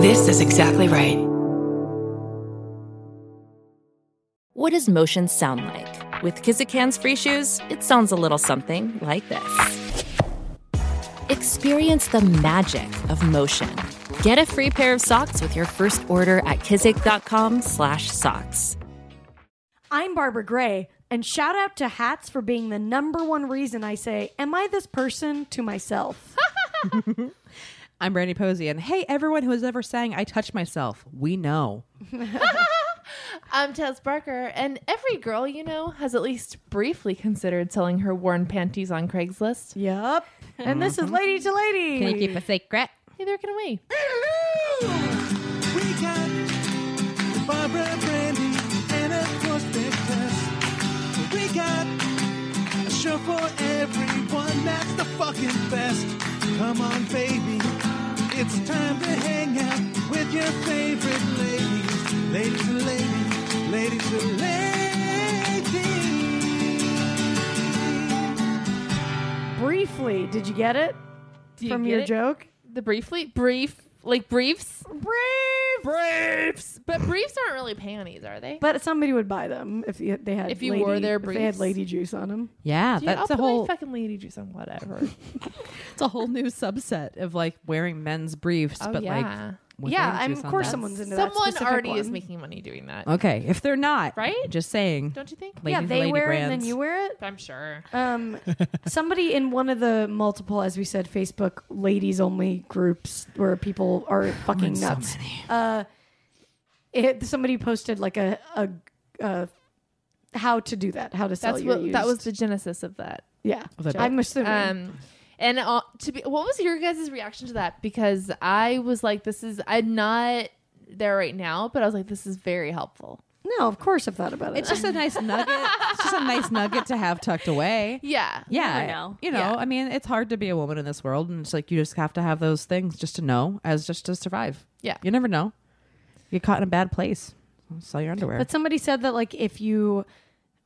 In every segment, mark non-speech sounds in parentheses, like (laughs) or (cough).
This is exactly right. What does motion sound like? With Kizikans free shoes, it sounds a little something like this. Experience the magic of motion. Get a free pair of socks with your first order at kizik.com/socks. I'm Barbara Gray, and shout out to hats for being the number one reason I say, Am I this person to (laughs) myself? I'm Brandy Posey, and hey, everyone who has ever sang "I Touch Myself," we know. I'm Tess Barker, and every girl you know has at least briefly considered selling her worn panties on Craigslist. yep. And this Mm-hmm. is Lady to Lady. a secret? Neither can we. We got Barbara Brandy and of course Big Tess. We got a show for everyone that's the fucking best. Come on, baby. It's time to hang out with your favorite ladies. Ladies and ladies, ladies and ladies. Briefly, did you get it Do you from get your it? joke? The briefly? Brief. Like briefs? Brief! Briefs! But briefs aren't really panties, are they? But somebody would buy them if you- they had If you lady, wore their if they had briefs. lady juice on them. Yeah, Dude, I'll that's a put my whole fucking lady juice (laughs) on whatever. it's a whole new subset of like wearing men's briefs, Oh, but yeah. like with Yeah, lady I'm- juice of on course them. someone's into that Someone specific already is one. making money doing that. Okay, if they're not Right? just saying. Don't you think? yeah, Lady to they lady wear it and brands. then you wear it. I'm sure. (laughs) Um, somebody in one of the multiple, as we said, Facebook ladies only groups where people are fucking so nuts. (laughs) Uh, it, somebody posted like a, a, a how to do that, how to sell That's your what that was used. the genesis of that. yeah. Oh, that I'm (laughs) assuming Um, and uh, to be, what was your guys' reaction to that? Because I was like, this is I'm not there right now, but I was like, this is very helpful. no, of course I've thought about it. It's just a nice nugget. it's just a nice nugget to have tucked away. Yeah, Yeah, know. you know, Yeah. I mean, it's hard to be a woman in this world, and it's like you just have to have those things just to know, as just to survive. Yeah. you never know. You get caught in a bad place. Sell your underwear. But somebody said that like if you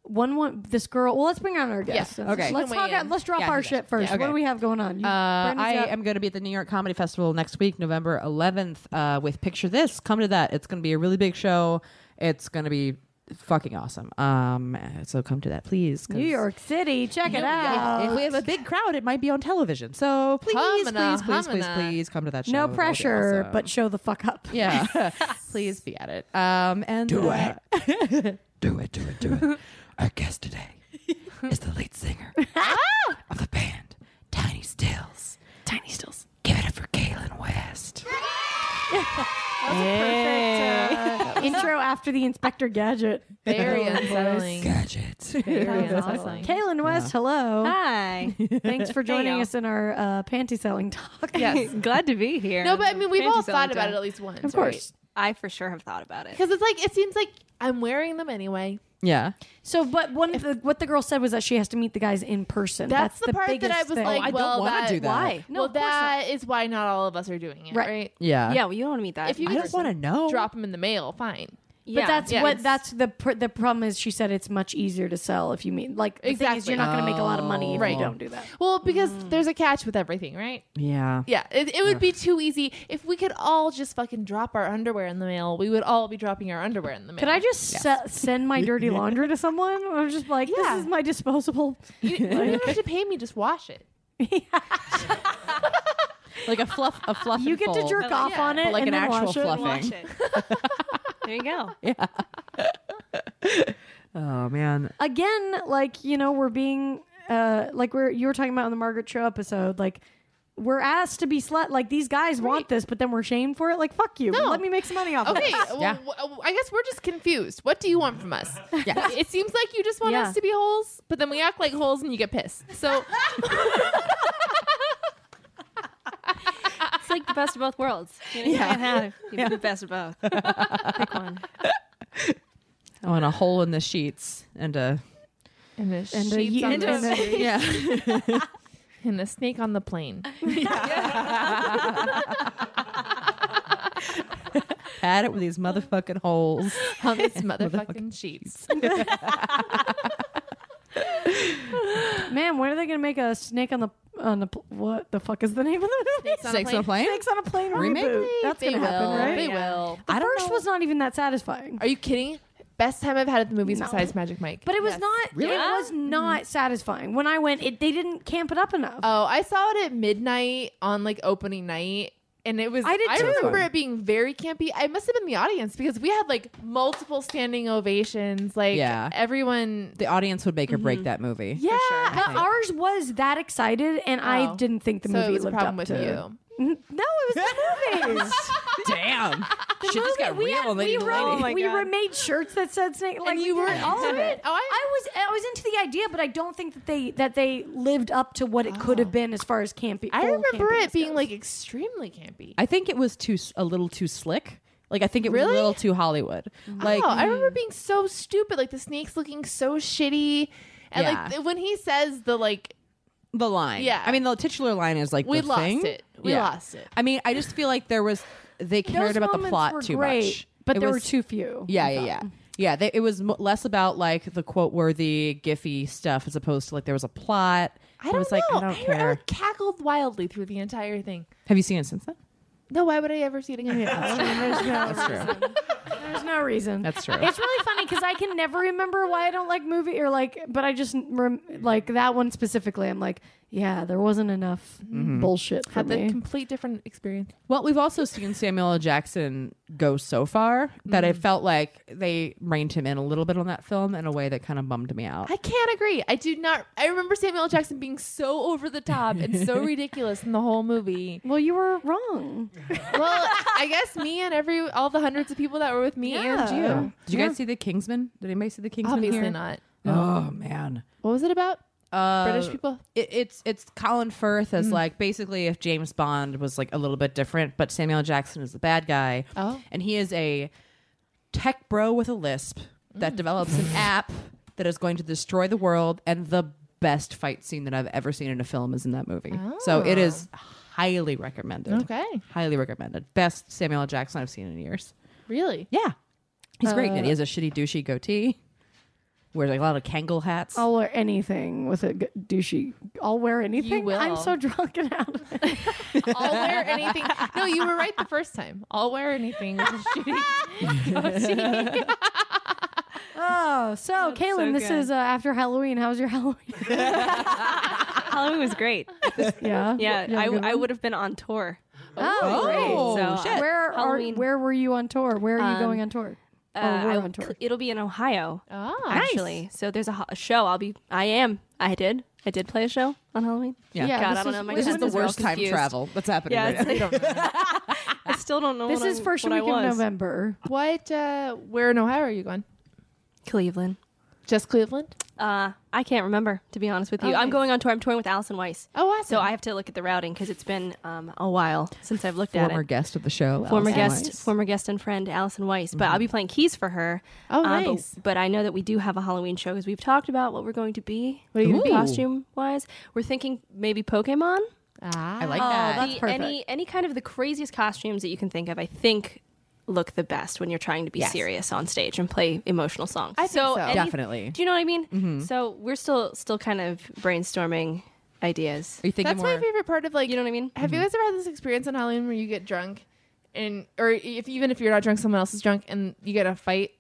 one one this girl well let's bring on our guest. Yeah. Okay. Let's Can we, talk out, um, let's drop yeah, our do that. shit first. Yeah, What okay. do we have going on? You- Uh, Brandy's I got- am going to be at the New York Comedy Festival next week, November 11th, uh, with Picture This. Come to that. It's going to be a really big show. It's going to be fucking awesome. Um, so come to that, please. 'cause New York City. Check it out. If we have a big crowd, it might be on television. So please, Humana, please, please, please, humana. please come to that show. no That'll be pressure, awesome. but show the fuck up. (laughs) yeah, please be at it. Um, and do (laughs) it. Do it, do it, do (laughs) it. Our guest today is the lead singer of the band Tiny Stills. Tiny stills. Give it up for Galen West. Perfect uh, (laughs) intro after the Inspector Gadget. (laughs) very voice. (laughs) unsettling. Gadgets. Very unsettling. Kaylin West, hello. (laughs) Hi. Thanks for joining y'all. us in our uh, panty selling talk. (laughs) Yes. Glad to be here. No, but I mean, we've Panties all all thought about done. it at least once, of course. I for sure have thought about it. Because it's like it seems like I'm wearing them anyway. Yeah. So, but one of the, what the girl said was that she has to meet the guys in person. That's, That's, the, part that biggest I was thing. Oh, like, I don't well, wanna that, do that. Why? No, well, of course that is why not all of us are doing it, Right. right? Yeah. yeah, well, you don't want to meet that. If you I could don't want to know. drop them in the mail, fine. But yeah. that's Yeah, what it's- that's the pr- the problem is. She said it's much easier to sell if you mean like the thing is Exactly. you're not going to make a lot of money if Right. you don't do that. Well, because there's a catch with everything, right? Yeah. Yeah, it, it would be too easy if we could all just fucking drop our underwear in the mail. We would all be dropping our underwear in the mail. Could I just se- send my (laughs) dirty laundry to someone? I'm just like, Yeah. this is my disposable. You, you don't have to pay me. Just wash (laughs) it. Like a fluff, a fluff. You and get to fold. jerk off yeah. on it, But like and an then actual wash it. fluff. Watch it. there you go. (laughs) Oh man. Again, like you know, we're being uh, like we're you were talking about on the Margaret Cho episode, like. We're asked to be slut. Like these guys want this, but then we're shamed for it. Like fuck you. Let me make some money off of Okay. it. well, Yeah. w- I guess we're just confused. What do you want from us? Yeah. (laughs) It seems like you just want Yeah. us to be holes, but then we act like holes and you get pissed. So (laughs) It's like the best of both (laughs) worlds. You know, you can't have you do the best of both. Pick one. Oh, and a hole in the sheets and a (laughs) and a, And a, sheep's ye- on and the- (laughs) a- (laughs) yeah. (laughs) and a snake on the plane. (laughs) Pat it with these motherfucking holes. on these (laughs) motherfucking sheets. Man, when are they going to make a snake on the uh, on a pl- what the fuck is the name of the (laughs) movie? on a Snakes on a Plane. Snakes on a Plane Remake? reboot. That's they gonna will. happen, right? They Yeah. will. The I don't first know. was not even that satisfying. Are you kidding? Best time I've had at the movies No. besides Magic Mike. But it was Yes. not. Really? It Yeah? was not satisfying. When I went, it they didn't camp it up enough. Oh, I saw it at midnight on like opening night. And it was I did too. remember it being very campy. I must have been in the audience because we had like multiple standing ovations. Like Yeah. everyone The audience would make or break that movie. Yeah. but ours was that excited, and I Oh. didn't think the so movie it was a lived problem up with to. you. N- (laughs) No, it (laughs) was the movies. (laughs) (laughs) Damn. Shit just got we real. had- and they we didn't wrote- like it. Oh my we God. were made shirts that said snake. Like you we were did all of it. Oh, I- was I was into the idea, but I don't think that they that they lived up to what it could have been as far as campy. I full remember campiness it being goes. like extremely campy. I think it was too s- a little too slick. Like I think it was Really? a little too Hollywood. Like oh, I remember being so stupid. Like the snakes looking so shitty. And Yeah. like th- when he says the like the line. Yeah. I mean the titular line is like we the lost thing. it. We Yeah. lost it. I mean, I just feel like there was they cared Those about the moments plot were too great, much. but It there were was- too few. Yeah, I yeah, thought. yeah. Yeah, they, it was mo less about like the quote worthy, gify stuff as opposed to like there was a plot. I it don't was know. like I don't care. I cackled wildly through the entire thing. Have you seen it since then? No, why would I ever see it (laughs) again? That's true. There's no reason. That's true. It's really funny because I can never remember why I don't like movie or like, but I just rem- like that one specifically. I'm like, yeah, there wasn't enough Mm-hmm. bullshit for Had the me. complete different experience. Well, we've also seen Samuel L. Jackson go so far that I Mm-hmm. felt like they reined him in a little bit on that film in a way that kind of bummed me out. I can't agree. I do not. I remember Samuel L. Jackson being so over the top and so ridiculous in the whole movie. well, you were wrong. Well, I guess me and every all the hundreds of people that were with me and Yeah. you. Did you guys see The Kingsman? Did anybody see The Kingsman? Obviously here? not. Oh man, What was it about? uh, British people. It, it's it's Colin Firth as Hmm. like basically if James Bond was like a little bit different, but Samuel L. Jackson is the bad guy. Oh. and he is a tech bro with a lisp Mm. that develops (laughs) an app that is going to destroy the world, and the best fight scene that I've ever seen in a film is in that movie. So it is highly recommended. Oh. Okay. highly recommended. Best Samuel L. Jackson I've seen in years. (laughs) Really? Yeah, he's great. And he Uh, has a shitty douchey goatee. Wears like a lot of Kangol hats. Oh, I'll wear anything with a g- douchey. I'll wear anything. will. I'm so drunk and out of it. I'll wear anything. No, you were right the first time. I'll wear anything. with a shitty (laughs) goatee. Oh, so Kaylin, so this good. is uh, after Halloween. How's your Halloween? (laughs) (laughs) Halloween was great. yeah, Yeah, You I, had a good I one? would have been on tour. Oh, Oh, great. So, shit. Where are, Halloween. where were you on tour? Where are you Um, going on tour? Uh, oh, we're I- on tour. It'll be in Ohio, Oh, actually. So there's a, ho- a show. I'll be. I am. I did. I did play a show on Halloween. Yeah. Yeah, God, this I don't is- know. My this This is the senses are all worst time confused. travel that's happening Yeah, right now. (laughs) it's- I still don't know. This what is I- first what I week of was. November. What? Uh, where in Ohio are you going? Cleveland. Just Cleveland? Uh, I can't remember to be honest with you. Oh, I'm nice. going on tour. I'm touring with Allison Weiss. Oh, awesome. So I have to look at the routing because it's been um, a while since I've looked at former it. guest of the show. Former Allison guest, Weiss. former guest and friend Allison Weiss, but I'll be playing keys for her. Mm-hmm. Oh, Uh, but- nice. But, I know that we do have a Halloween show because we've talked about what we're going to be What are you gonna be? costume wise. We're thinking maybe Pokemon. Ah, I like Oh, that. that's Uh, The- perfect. Any any kind of the craziest costumes that you can think of, I think look the best when you're trying to be Yes. serious on stage and play emotional songs. I think so. Mm-hmm. any- Definitely. Do you know what I mean? So we're still still kind of brainstorming ideas. Are you thinking That's more? my favorite part of like. You know what I mean? Have you guys ever had this experience on Halloween where you get drunk, and or if even if you're not drunk, someone else is drunk, and you get a fight,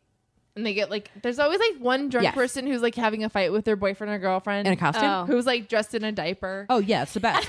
and they get like there's always like one drunk Yes. person who's like having a fight with their boyfriend or girlfriend In a costume? Oh. who's like dressed in a diaper. Oh yeah, it's the best.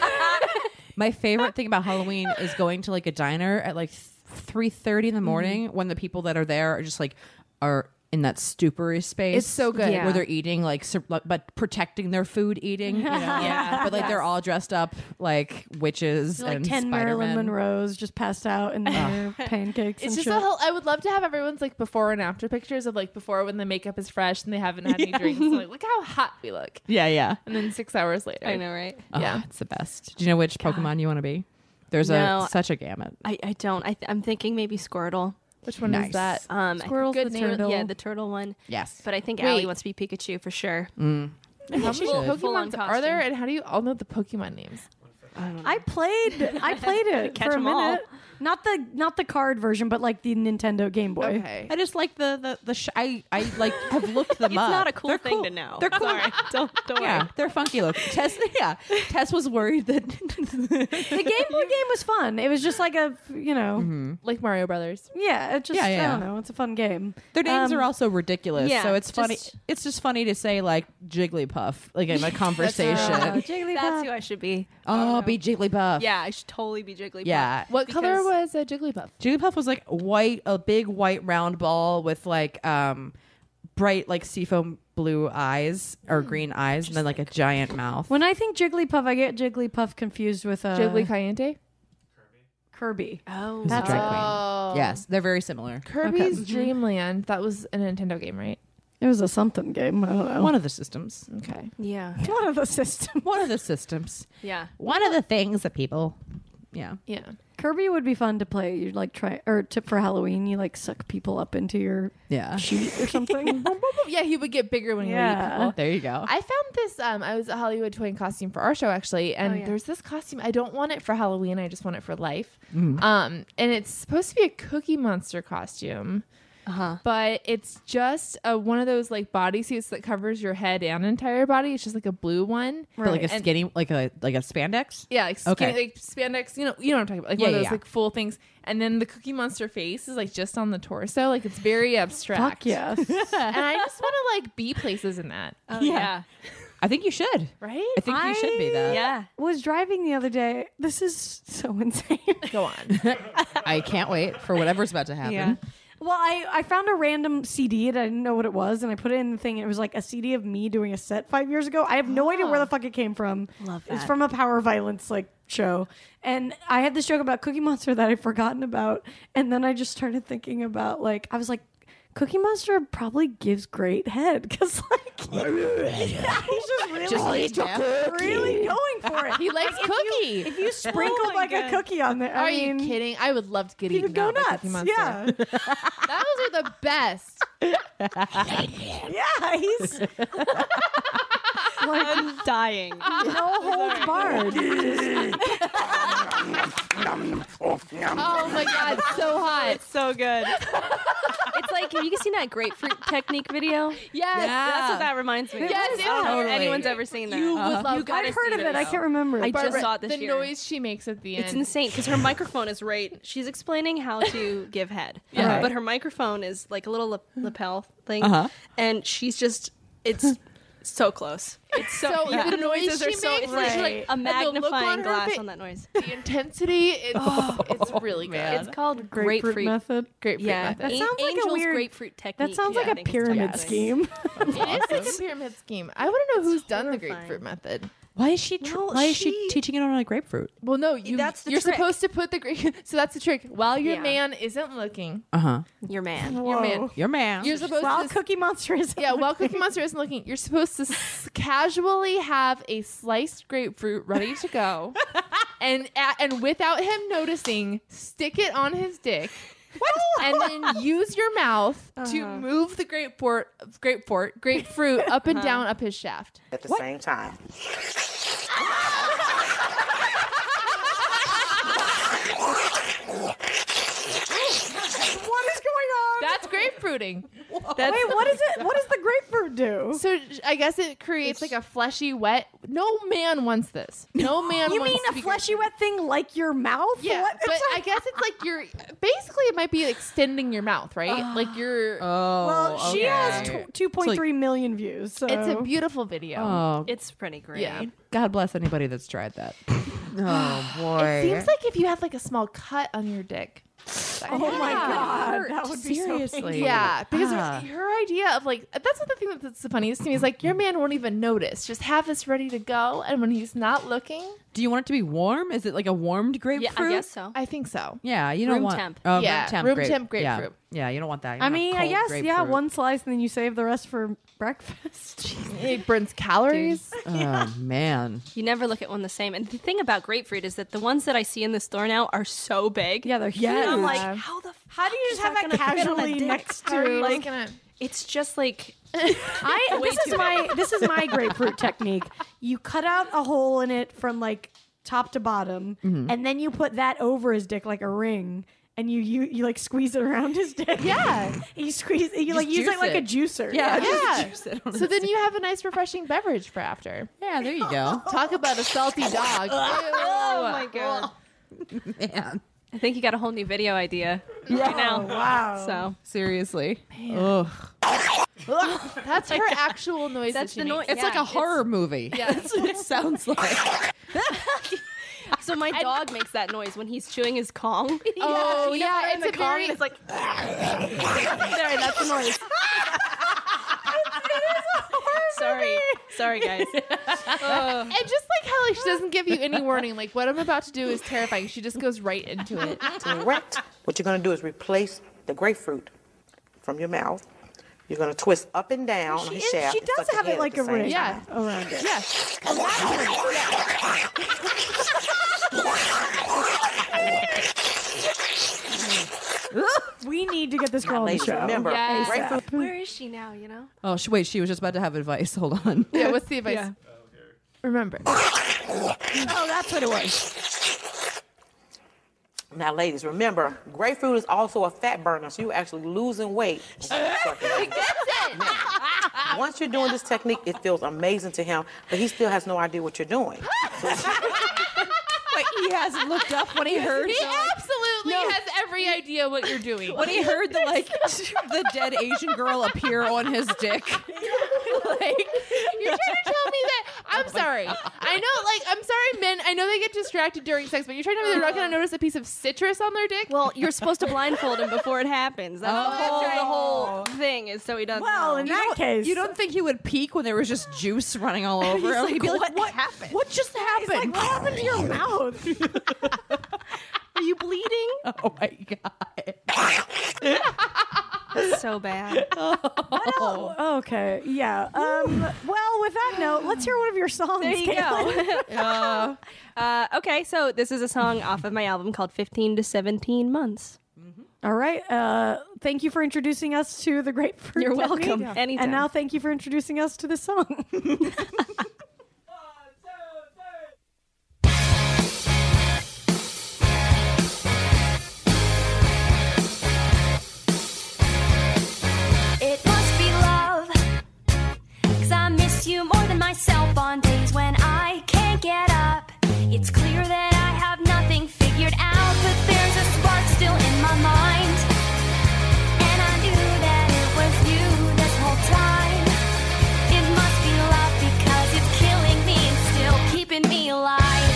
my favorite thing about Halloween is going to like a diner at like three thirty in the morning when the people that are there are just like are in that stupery space. It's so good. where they're eating like, sur- like- but protecting their food eating. You know? yeah, but like they're all dressed up like witches Like and 10 Marilyn Spider-Man. Monroe's just passed out (laughs) in their pancakes and It's just shit. a whole. I would love to have everyone's like before and after pictures of like before when the makeup is fresh and they haven't had any drinks. and, like look how hot we look, Yeah, yeah. and then six hours later, I know, right? Yeah. yeah, Oh, it's the best. Do you know which Pokemon you want to be? There's No. a such a gamut. I, I don't. I th- I'm thinking maybe Squirtle. Which one Nice. is that? Um, I think Squirtle's good the name- turtle. Yeah, the turtle one. Yes, But I think Wait. Allie wants to be Pikachu for sure. How many should. Full-on Pokemon are there, costume. and how do you all know the Pokemon names? (laughs) I played I played it Catch for a 'em minute. all. Not the not the card version, but like the Nintendo Game Boy. Okay. I just like the the the. Sh- I I like have looked (laughs) them It's up. not a cool They're thing to know. They're cool. Sorry. (laughs) Don't, don't Yeah, worry. they're funky (laughs) looking. Tess, yeah, Tess was worried that (laughs) The Game (laughs) Boy game was fun. It was just like a you know Like Mario Brothers. Mm-hmm. yeah. It just Yeah, I yeah. don't know. It's a fun game. their names Um, are also ridiculous. yeah, so it's funny. just- It's just funny to say like Jigglypuff like (laughs) in a Oh, conversation. uh, Jigglypuff. That's who I should be. oh, be Jigglypuff. Yeah, I should totally be Jigglypuff. yeah. What color Because- was uh, Jigglypuff? Jigglypuff was like white, a big white round ball with like um bright like seafoam blue eyes or green eyes, and then like a giant mouth. When I think Jigglypuff, I get Jigglypuff confused with uh, Jiggly Cayente? Kirby. Oh, Who's a That's drag it. queen. Yes, they're very similar. Kirby's Dreamland. That was a Nintendo game, right? It was a something game. I don't know. One of the systems. Okay. yeah, one of the system. One of the systems. yeah. One of the things that people. Yeah. Yeah. (laughs) Kirby would be fun to play. You like try or tip for Halloween. You like suck people up into your Yeah. sheet or (laughs) something. Oh, Yeah, he would get bigger when he would eat Yeah. people. Uh, There you go. I found this. Um, I was at Hollywood Toy and Costume for our show actually, and Oh, yeah. there's this costume. I don't want it for Halloween. I just want it for life. Um, and it's supposed to be a Cookie Monster costume, Uh huh. but it's just a, one of those like bodysuits that covers your head and entire body. It's just like a blue one. But like a And- skinny, like a like a spandex. Yeah, like skinny, Okay. like spandex. You know, you know what I'm talking about. Like one Yeah, of yeah, those yeah. like full things, and then the Cookie Monster face is like just on the torso. Like it's very abstract. Fuck yes. and I just want to like (laughs) be places in that, Oh, Yeah. yeah. I think you should. right? I think you should be yeah, that. was driving the other day. This is so (laughs) insane. Go (laughs) on. I can't wait for whatever's about to happen. Yeah. well, I, I found a random CD that I didn't know what it was, and I put it in the thing. And it was like a CD of me doing a set five years ago. I have no idea where the fuck it came from. Love It's that. from a power violence like show, and I had this joke about Cookie Monster that I'd forgotten about, and then I just started thinking about like I was like. Cookie Monster probably gives great head because like he's (laughs) just really, really going for (laughs) it. He likes cookie. If you sprinkle Oh my like a God. cookie on there, Are I mean, you kidding? I would love to get He eaten would go out by nuts. Cookie Monster. Yeah, Those are the best. yeah. He's like I'm dying. (laughs) no holds barred. Oh my god, so (laughs) hot. so good. it's like have you guys seen that grapefruit technique video? Yes. That's what that reminds me. of. Yes, I don't know if totally. anyone's ever seen that. You would love gotta I've heard see of it. this. I can't remember. I it. just saw it this the year. noise she makes at the end. It's insane because her microphone is right. She's explaining how to give head, Yeah. Right. but her microphone is like a little lap- Hmm. lapel thing, Uh-huh. and she's just (laughs) it's so close. It's so, So yeah. the noises are so it's like, right. a And the look magnifying on her glass fa- on that noise. The intensity, it's, it's really good. man. It's It's called grapefruit, grapefruit. method. grapefruit Yeah, method. An- sounds like a Angel's weird- grapefruit technique. That sounds like yeah, I a think it's pyramid called. scheme. it is like a pyramid scheme. I want to know who's done the horrifying. grapefruit method. Why is she? Tr- Well, why is she she- teaching it on a grapefruit? Well, no, you, That's the you're trick. supposed to put the grape. (laughs) So that's the trick. While your Yeah. man isn't looking, Uh huh. Your man. your man, Whoa. Your man. you're supposed While to Cookie Monster is Yeah, while Cookie Monster isn't looking, you're supposed to (laughs) s- casually have a sliced grapefruit ready to go, (laughs) and a- and without him noticing, stick it on his dick, and then use your mouth to Uh-huh. move the grapefruit, grapefruit, grapefruit up and down up his shaft. at the same time. what is going on? That's grapefruiting. That's Wait, what is it? What does the grapefruit do? So j- I guess it creates like a fleshy, wet. No man wants this. (gasps) No man. You wants mean to a be fleshy grapefruit. wet thing like your mouth? Yeah, What? but I guess it's like you're basically it might be extending your mouth, (gasps) right? like you're. oh. well, she has okay. tw- 2.3 million views. So It's a beautiful video. Oh, It's pretty great. Yeah. God bless anybody that's tried that. (sighs) oh boy. It seems like if you had like a small cut on your dick. Oh my god, that would be so seriously. Yeah, because Ah. your idea of like that's what the thing that's the funniest to me is like your man won't even notice. Just have this ready to go, and when he's not looking, Do you want it to be warm? Is it like a warmed grapefruit? Yeah, I guess so. I think so. Yeah, you don't Room want temp. Oh, Yeah, room temp, room grape- temp yeah. grapefruit. Yeah. you don't want that. You I don't want mean, I cold guess yeah, grapefruit. one slice and then you save the rest for breakfast. (laughs) It burns calories. (laughs) Oh man, You never look at one the same. And the thing about grapefruit is that the ones that I see in the store now are so big. yeah, they're huge. And I'm like, Yeah. how the how do you just have that casually next How are to you like just gonna- It's just like I this is my this is my grapefruit technique. You cut out a hole in it from like top to bottom, and then you put that over his dick like a ring, and you you, you like squeeze it around his dick. Yeah. (laughs) you squeeze. You like Just use it juice like a it. juicer. (laughs) Yeah. Just juice it on So his then you have a nice, refreshing beverage for after. Yeah, there you go. Talk about a (laughs) salty dog. Oh my god. Man. I think you got a whole new video (laughs) idea right Oh, now. wow. So Seriously. Ugh. That's her actual noise. That's that she the makes. noise- It's Yeah, like a it's- horror (laughs) movie. Yeah. That's what it sounds like. so my dog makes that noise when he's chewing his Kong. (laughs) Oh, He yeah, puts it in it's the a Kong very- and it's like (laughs) Sorry, that's the noise. Sorry. Sorry guys. Oh. And just like how (laughs) like she doesn't give you any warning, like what I'm about to do is terrifying. She just goes right into (laughs) it. Correct. What you're going to do is replace the grapefruit from your mouth. You're going to twist up and down on She, the is- shaft. she and does suck your have head it at like the a same ring Yeah. around it. Yes. We need to get this girl time. on the Ladies, show. remember, Yes. grapefruit Where is she now, you know? Oh, sh- wait, she was just about to have advice. (laughs) Hold on. Yeah, what's the advice? Yeah. Remember. Oh, that's what it was. Now, ladies, remember, grapefruit is also a fat burner, so you're actually (laughs) losing weight. Now, Once you're doing this technique, it feels amazing to him, but he still has no idea what you're doing. But (laughs) he hasn't looked up when he heard He absolutely has every idea what (laughs) you're doing. when he heard the like the dead Asian girl appear on his dick. like You're trying to tell me (laughs) that Oh I'm sorry. I know, like, I'm sorry, men. I know they get distracted during sex, but you're trying to tell me they're not going to notice a piece of citrus on their dick. Well, you're supposed to blindfold him before it happens. That's Oh. the, whole, the whole thing is so he doesn't Well, know. in that case, you don't think he would peek when there was just juice running (laughs) all over him? He'd be like, what happened? what just Like, happened? what happened (laughs) to your mouth? Are you bleeding? (laughs) oh my god. (laughs) so bad. Oh, okay. Yeah. Um, well, with that note, let's hear one of your songs. There you Caitlin. (laughs) go. Uh, Uh, okay, so this is a song off of my album called 15 to 17 Months. All right. Uh, thank you for introducing us to the grapefruit. You're technique. welcome. Yeah. Anytime. And now thank you for introducing us to this song. It must be love. Cause I miss you more than myself on days when I can't get up. It's clear that I have nothing figured out, but there's a spark still in my mind. And I knew that it was you this whole time. It must be love because it's killing me and still keeping me alive.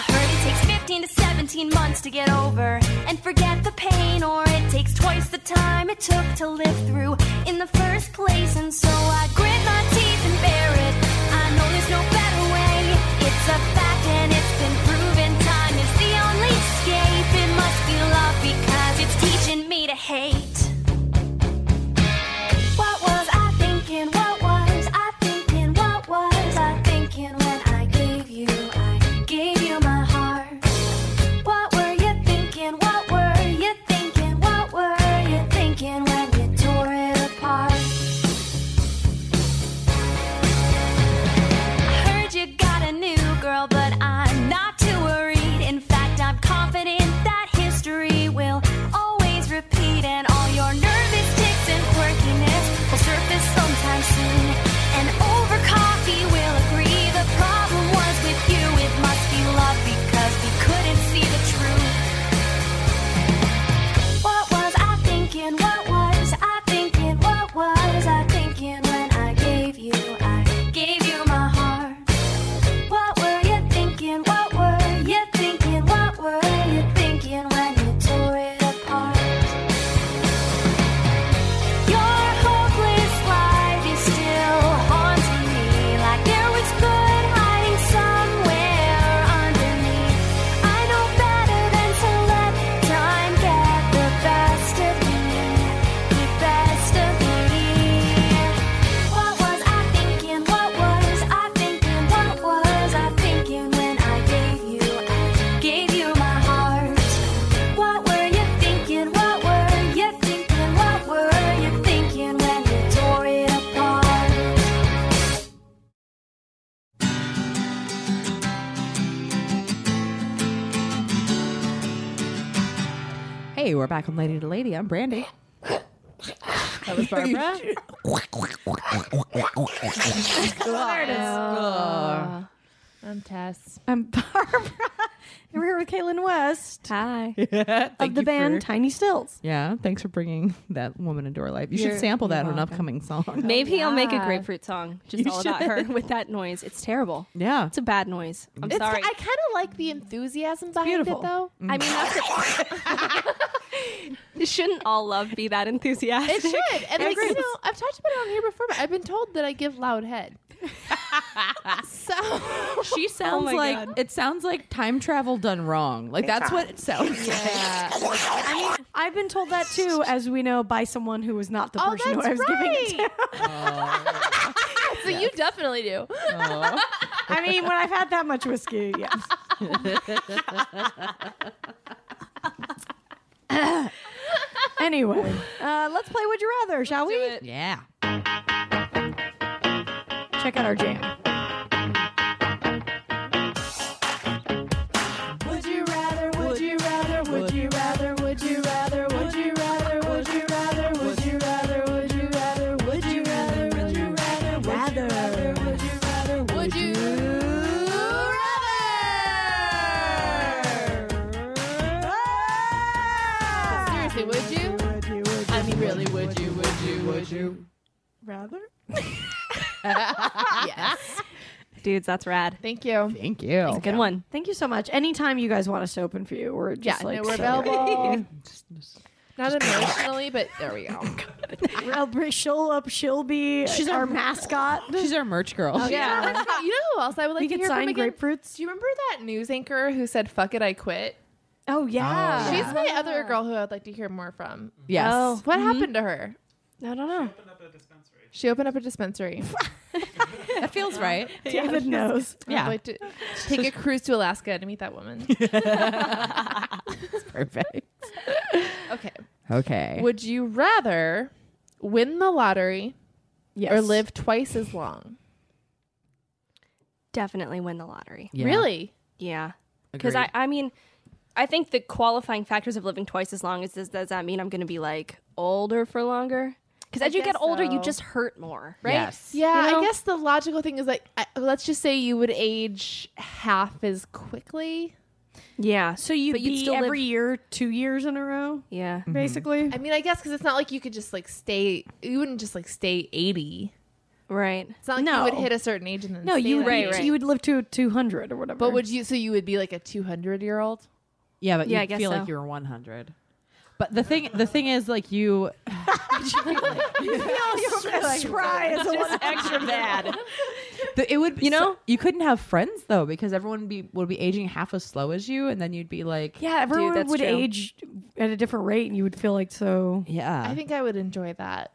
I heard it takes 15 to 17 months to get over and forget the pain, or it takes twice the time it took to live through in the first place. And so I grit my teeth and bear it. I know there's no better way. It's a fact and it's been proven. Time is the only escape. It must be love because it's teaching me to hate. What was I thinking? What was I thinking? What was I thinking when I gave you? I gave you my heart. What were you thinking? What were you thinking? What were you thinking when you tore it apart? Hey, we're back on Lady to Lady. I'm Brandy. That (laughs) was Barbara. there it is. Uh, (laughs) Oh. I'm Tess. I'm Barbara. (laughs) and we're here with Caitlin West Hi. of the band Tiny Stills. yeah, thanks for bringing that woman into our life. You should sample that on an upcoming song. (laughs) (laughs) Maybe I'll make a yeah. grapefruit song just all about her with that noise. It's terrible. Yeah. It's a bad noise. I'm It's, sorry. I kind of like the enthusiasm behind beautiful. it, though. I mean, that's a- shouldn't all love be that It enthusiastic? should. And, like, you know, I've talked about it on here before, but I've been told that I give loud head. so, She sounds sounds like like it sounds like time travel done wrong. Like that's what it sounds. like. I've been told that too, as we know, by someone who was not the oh, person who that's I was giving it to. (laughs) right. (laughs) so you definitely do. I mean, when I've had that much whiskey, yes. (laughs) anyway, uh, let's play Would You Rather, shall we? Yeah. Check out our jam. Would you rather, would you rather, would you rather, would you rather, would you rather, would you rather, would you rather, would you rather, would you rather, would you rather, would you rather, would you rather, Would you rather? Seriously, would you? I mean, really, would you? Would you? Would you? Rather? Yes. dudes. That's rad. Thank you. Thank you. Good one. Thank you so much. Anytime you guys want us to open for you, we're Yeah, just no, like we're so- (laughs) available. Not emotionally, but there we go. I'll bring- she'll up. She'll be She's our mascot. (laughs) She's our merch girl. Yeah. Um, you know who else I would like we to could hear from sign again? grapefruits. Do you remember that news anchor who said "fuck it, I quit"? Oh yeah. She's my other girl who I'd like to hear more from. (laughs) Yes. Oh. Ah. What happened to her? I don't know. She opened up (laughs) a dispensary. That feels right. David knows. Yeah. I'd like to to take (laughs) a cruise to Alaska to meet that woman. Perfect. Okay. Okay. Would you rather win the lottery Yes. or live twice as long? Definitely win the lottery. Yeah. Really? Yeah. Because Agreed. I, I mean, I think the qualifying factors of living twice as long is does, does that mean I'm going to be like older for longer? Because as you guess get older, you so. just hurt more, right? Yes. Yeah, You know? I guess the logical thing is like, I, let's just say you would age half as quickly. Yeah. So you But you'd be still live- every year two years in a row, yeah. basically. I mean, I guess because it's not like you could just like stay. You wouldn't just like stay eighty. Right. It's not like No. you would hit a certain age and then No, stay you that would right, age. be- right. you would live to two hundred or whatever. But would (laughs) you? So you would be like a two hundred year (laughs) old. Yeah, but Yeah, I you guess feel so. like you were 100. But the thing, the thing is, like you, Spry as a one- Extra bad. the, it would, You know? you couldn't have friends though because everyone be would be aging half as slow as you, and then you'd be like, Yeah, everyone that's would true. age at a different rate, and you would feel like so. yeah. (laughs) I think I would enjoy that.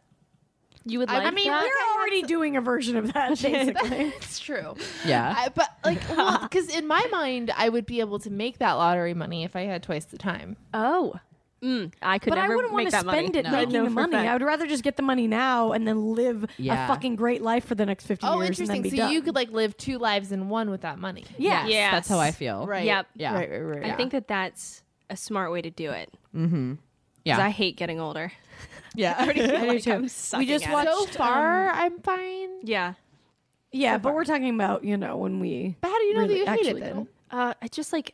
You would I- I like mean, that? we're- You're already doing a version of (laughs) that, basically. It's true. yeah, I, but like, (laughs) because in my mind, I would be able to make that lottery money if I had twice the time. Oh. Mm, I could but I never wouldn't make want to that spend money. it making No, the for money. fact. I would rather just get the money now and then live Yeah. a fucking great life for the next fifty Oh, years. interesting. And then So be done. you could like live two lives in one with that money. yeah, Yes. that's how I feel. Yep. Yeah. Right. Right. Right. I think that that's a smart way to do it. Mm-hmm. Yeah. I hate (laughs) getting older. Yeah. (laughs) I'm we sucking just at it. watched. so far, I'm fine. Yeah. yeah, but we're talking about you know when we. But how do you know really that you hate actually it then? didn't. Uh, I just like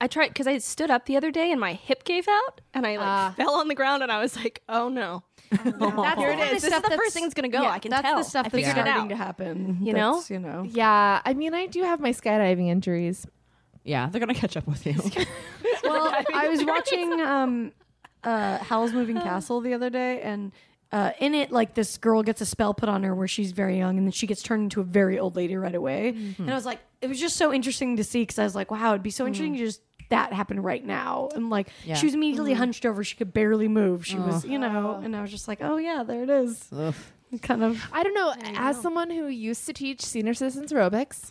I tried because I stood up the other day and my hip gave out and I like Ah. fell on the ground and I was like, oh no, That's here the it kind of is. This is stuff the that's- first thing that's gonna go. yeah, I can that's tell. the stuff I that's figured it starting to out. happen. You know? That's, you know. Yeah, I mean, I do have my skydiving injuries. (laughs) Yeah, they're gonna catch up with you. (laughs) (laughs) Well, I was watching um, uh, Howl's Moving Castle the other day, and uh, in it, like this girl gets a spell put on her where she's very young, and then she gets turned into a very old lady right away. And I was like, it was just so interesting to see because I was like, wow, it'd be so interesting to just that happen right now. And like, Yeah. she was immediately hunched over; she could barely move. She was, you know, and I was just like, oh yeah, there it is. Kind of. I don't know. As someone who used to teach senior citizens aerobics,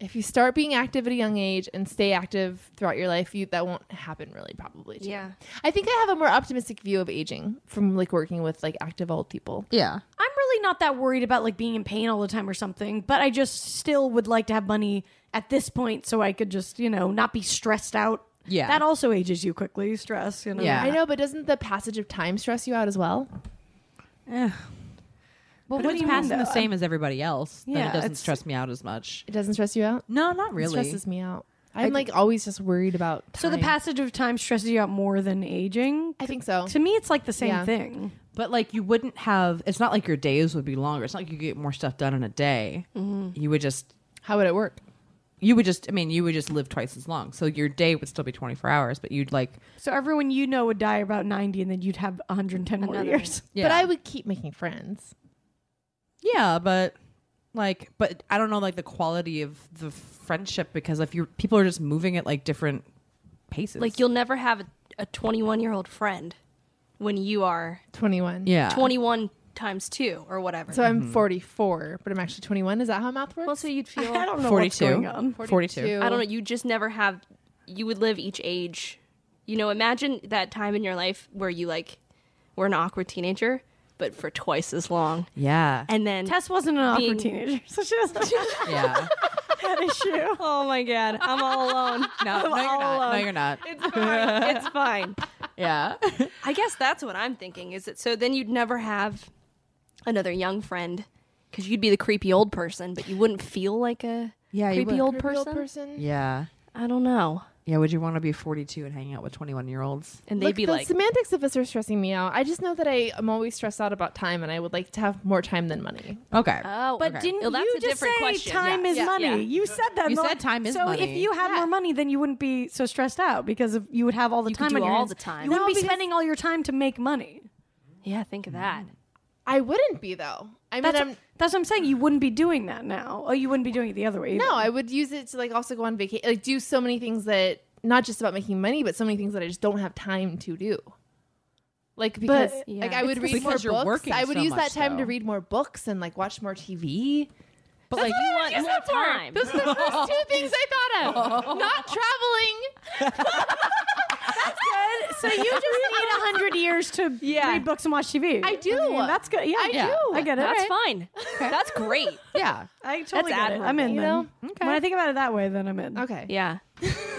if you start being active at a young age and stay active throughout your life, you that won't happen really probably. to you. Yeah. I think I have a more optimistic view of aging from like working with like active old people. yeah. I'm really not that worried about like being in pain all the time or something, but I just still would like to have money at this point so I could just, you know, not be stressed out Yeah. That also ages you quickly, stress, you know. Yeah. I know, but doesn't the passage of time stress you out as well? Eh. Well, But when it's you pass window. the same as everybody else, then Yeah, it doesn't it's- stress me out as much. It doesn't stress you out. No, not It really. stresses me out. I'm like always just worried about. Time. So the passage of time stresses you out more than aging? I think so. To me, it's like the same Yeah. thing. But like you wouldn't have. It's not like your days would be longer. It's not like you get more stuff done in a day. Mm-hmm. You would just. How would it work? You would just. I mean, you would just live twice as long. So your day would still be twenty four hours, but you'd like. So everyone you know would die about 90 and then you'd have 110 more Another years. Yeah. But I would keep making friends. Yeah, but like, but I don't know, like the quality of the friendship because if you people are just moving at like different paces, Like you'll never have a 21 year old friend when you are 21. yeah 21 times two or whatever. So I'm 44, but I'm actually 21. Is that how math works? well, so you'd (laughs) feel. I don't know what's 42. going on. 42. I don't know. You just never have. You would live each age. You know, imagine that time in your life where you like were an awkward teenager, but for twice as long. (laughs) yeah, And then Tess wasn't an awkward Being- teenager, (laughs) so she (laughs) doesn't have yeah. that issue. Oh my god, I'm all (laughs) alone. No, no, you're not. No, you're not. It's fine. It's fine. Yeah, (laughs) I guess that's what I'm thinking. Is it so? Then you'd never have another young friend because you'd be the creepy old person, but you wouldn't feel like a yeah, creepy, old, Creepy person? old person. yeah, I don't know. yeah. Would you want to be forty two and hang out with twenty one year olds? And they'd Look, be the like, semantics of this are stressing me out. I just know that I am always stressed out about time, and I would like to have more time than money. Okay, oh, But okay. didn't Well, that's you a just different say question. time Yeah. is Yeah. money? Yeah. You said that. You Mo- said time is so if money. you had more money, then you wouldn't be so stressed out because of, you would have all the You could time. do on your all hands. the time. You No, wouldn't be because- spending all your time to make money. Yeah, think of (laughs) that. I wouldn't be though. I mean, That's I'm, that's what I'm saying. You wouldn't be doing that now. Oh, you wouldn't be doing it the other way. either. no, I would use it to like also go on vacation, like do so many things that not just about making money, but so many things that I just don't have time to do. Like because yeah. like I would read because more you're books. working I would so use that much, time though. to read more books and like watch more TV. But like, you want more time. Those are the first (laughs) two things I thought of. Not (laughs) traveling. So you just need (laughs) a hundred years to read books and watch TV. I do. mean, that's good. Yeah, I yeah. do. I get it. That's All right. fine. That's great. yeah. I totally That's get it. I'm in. admirable, Then. When you I think about it that way, then I'm in. Okay. (laughs) Yeah.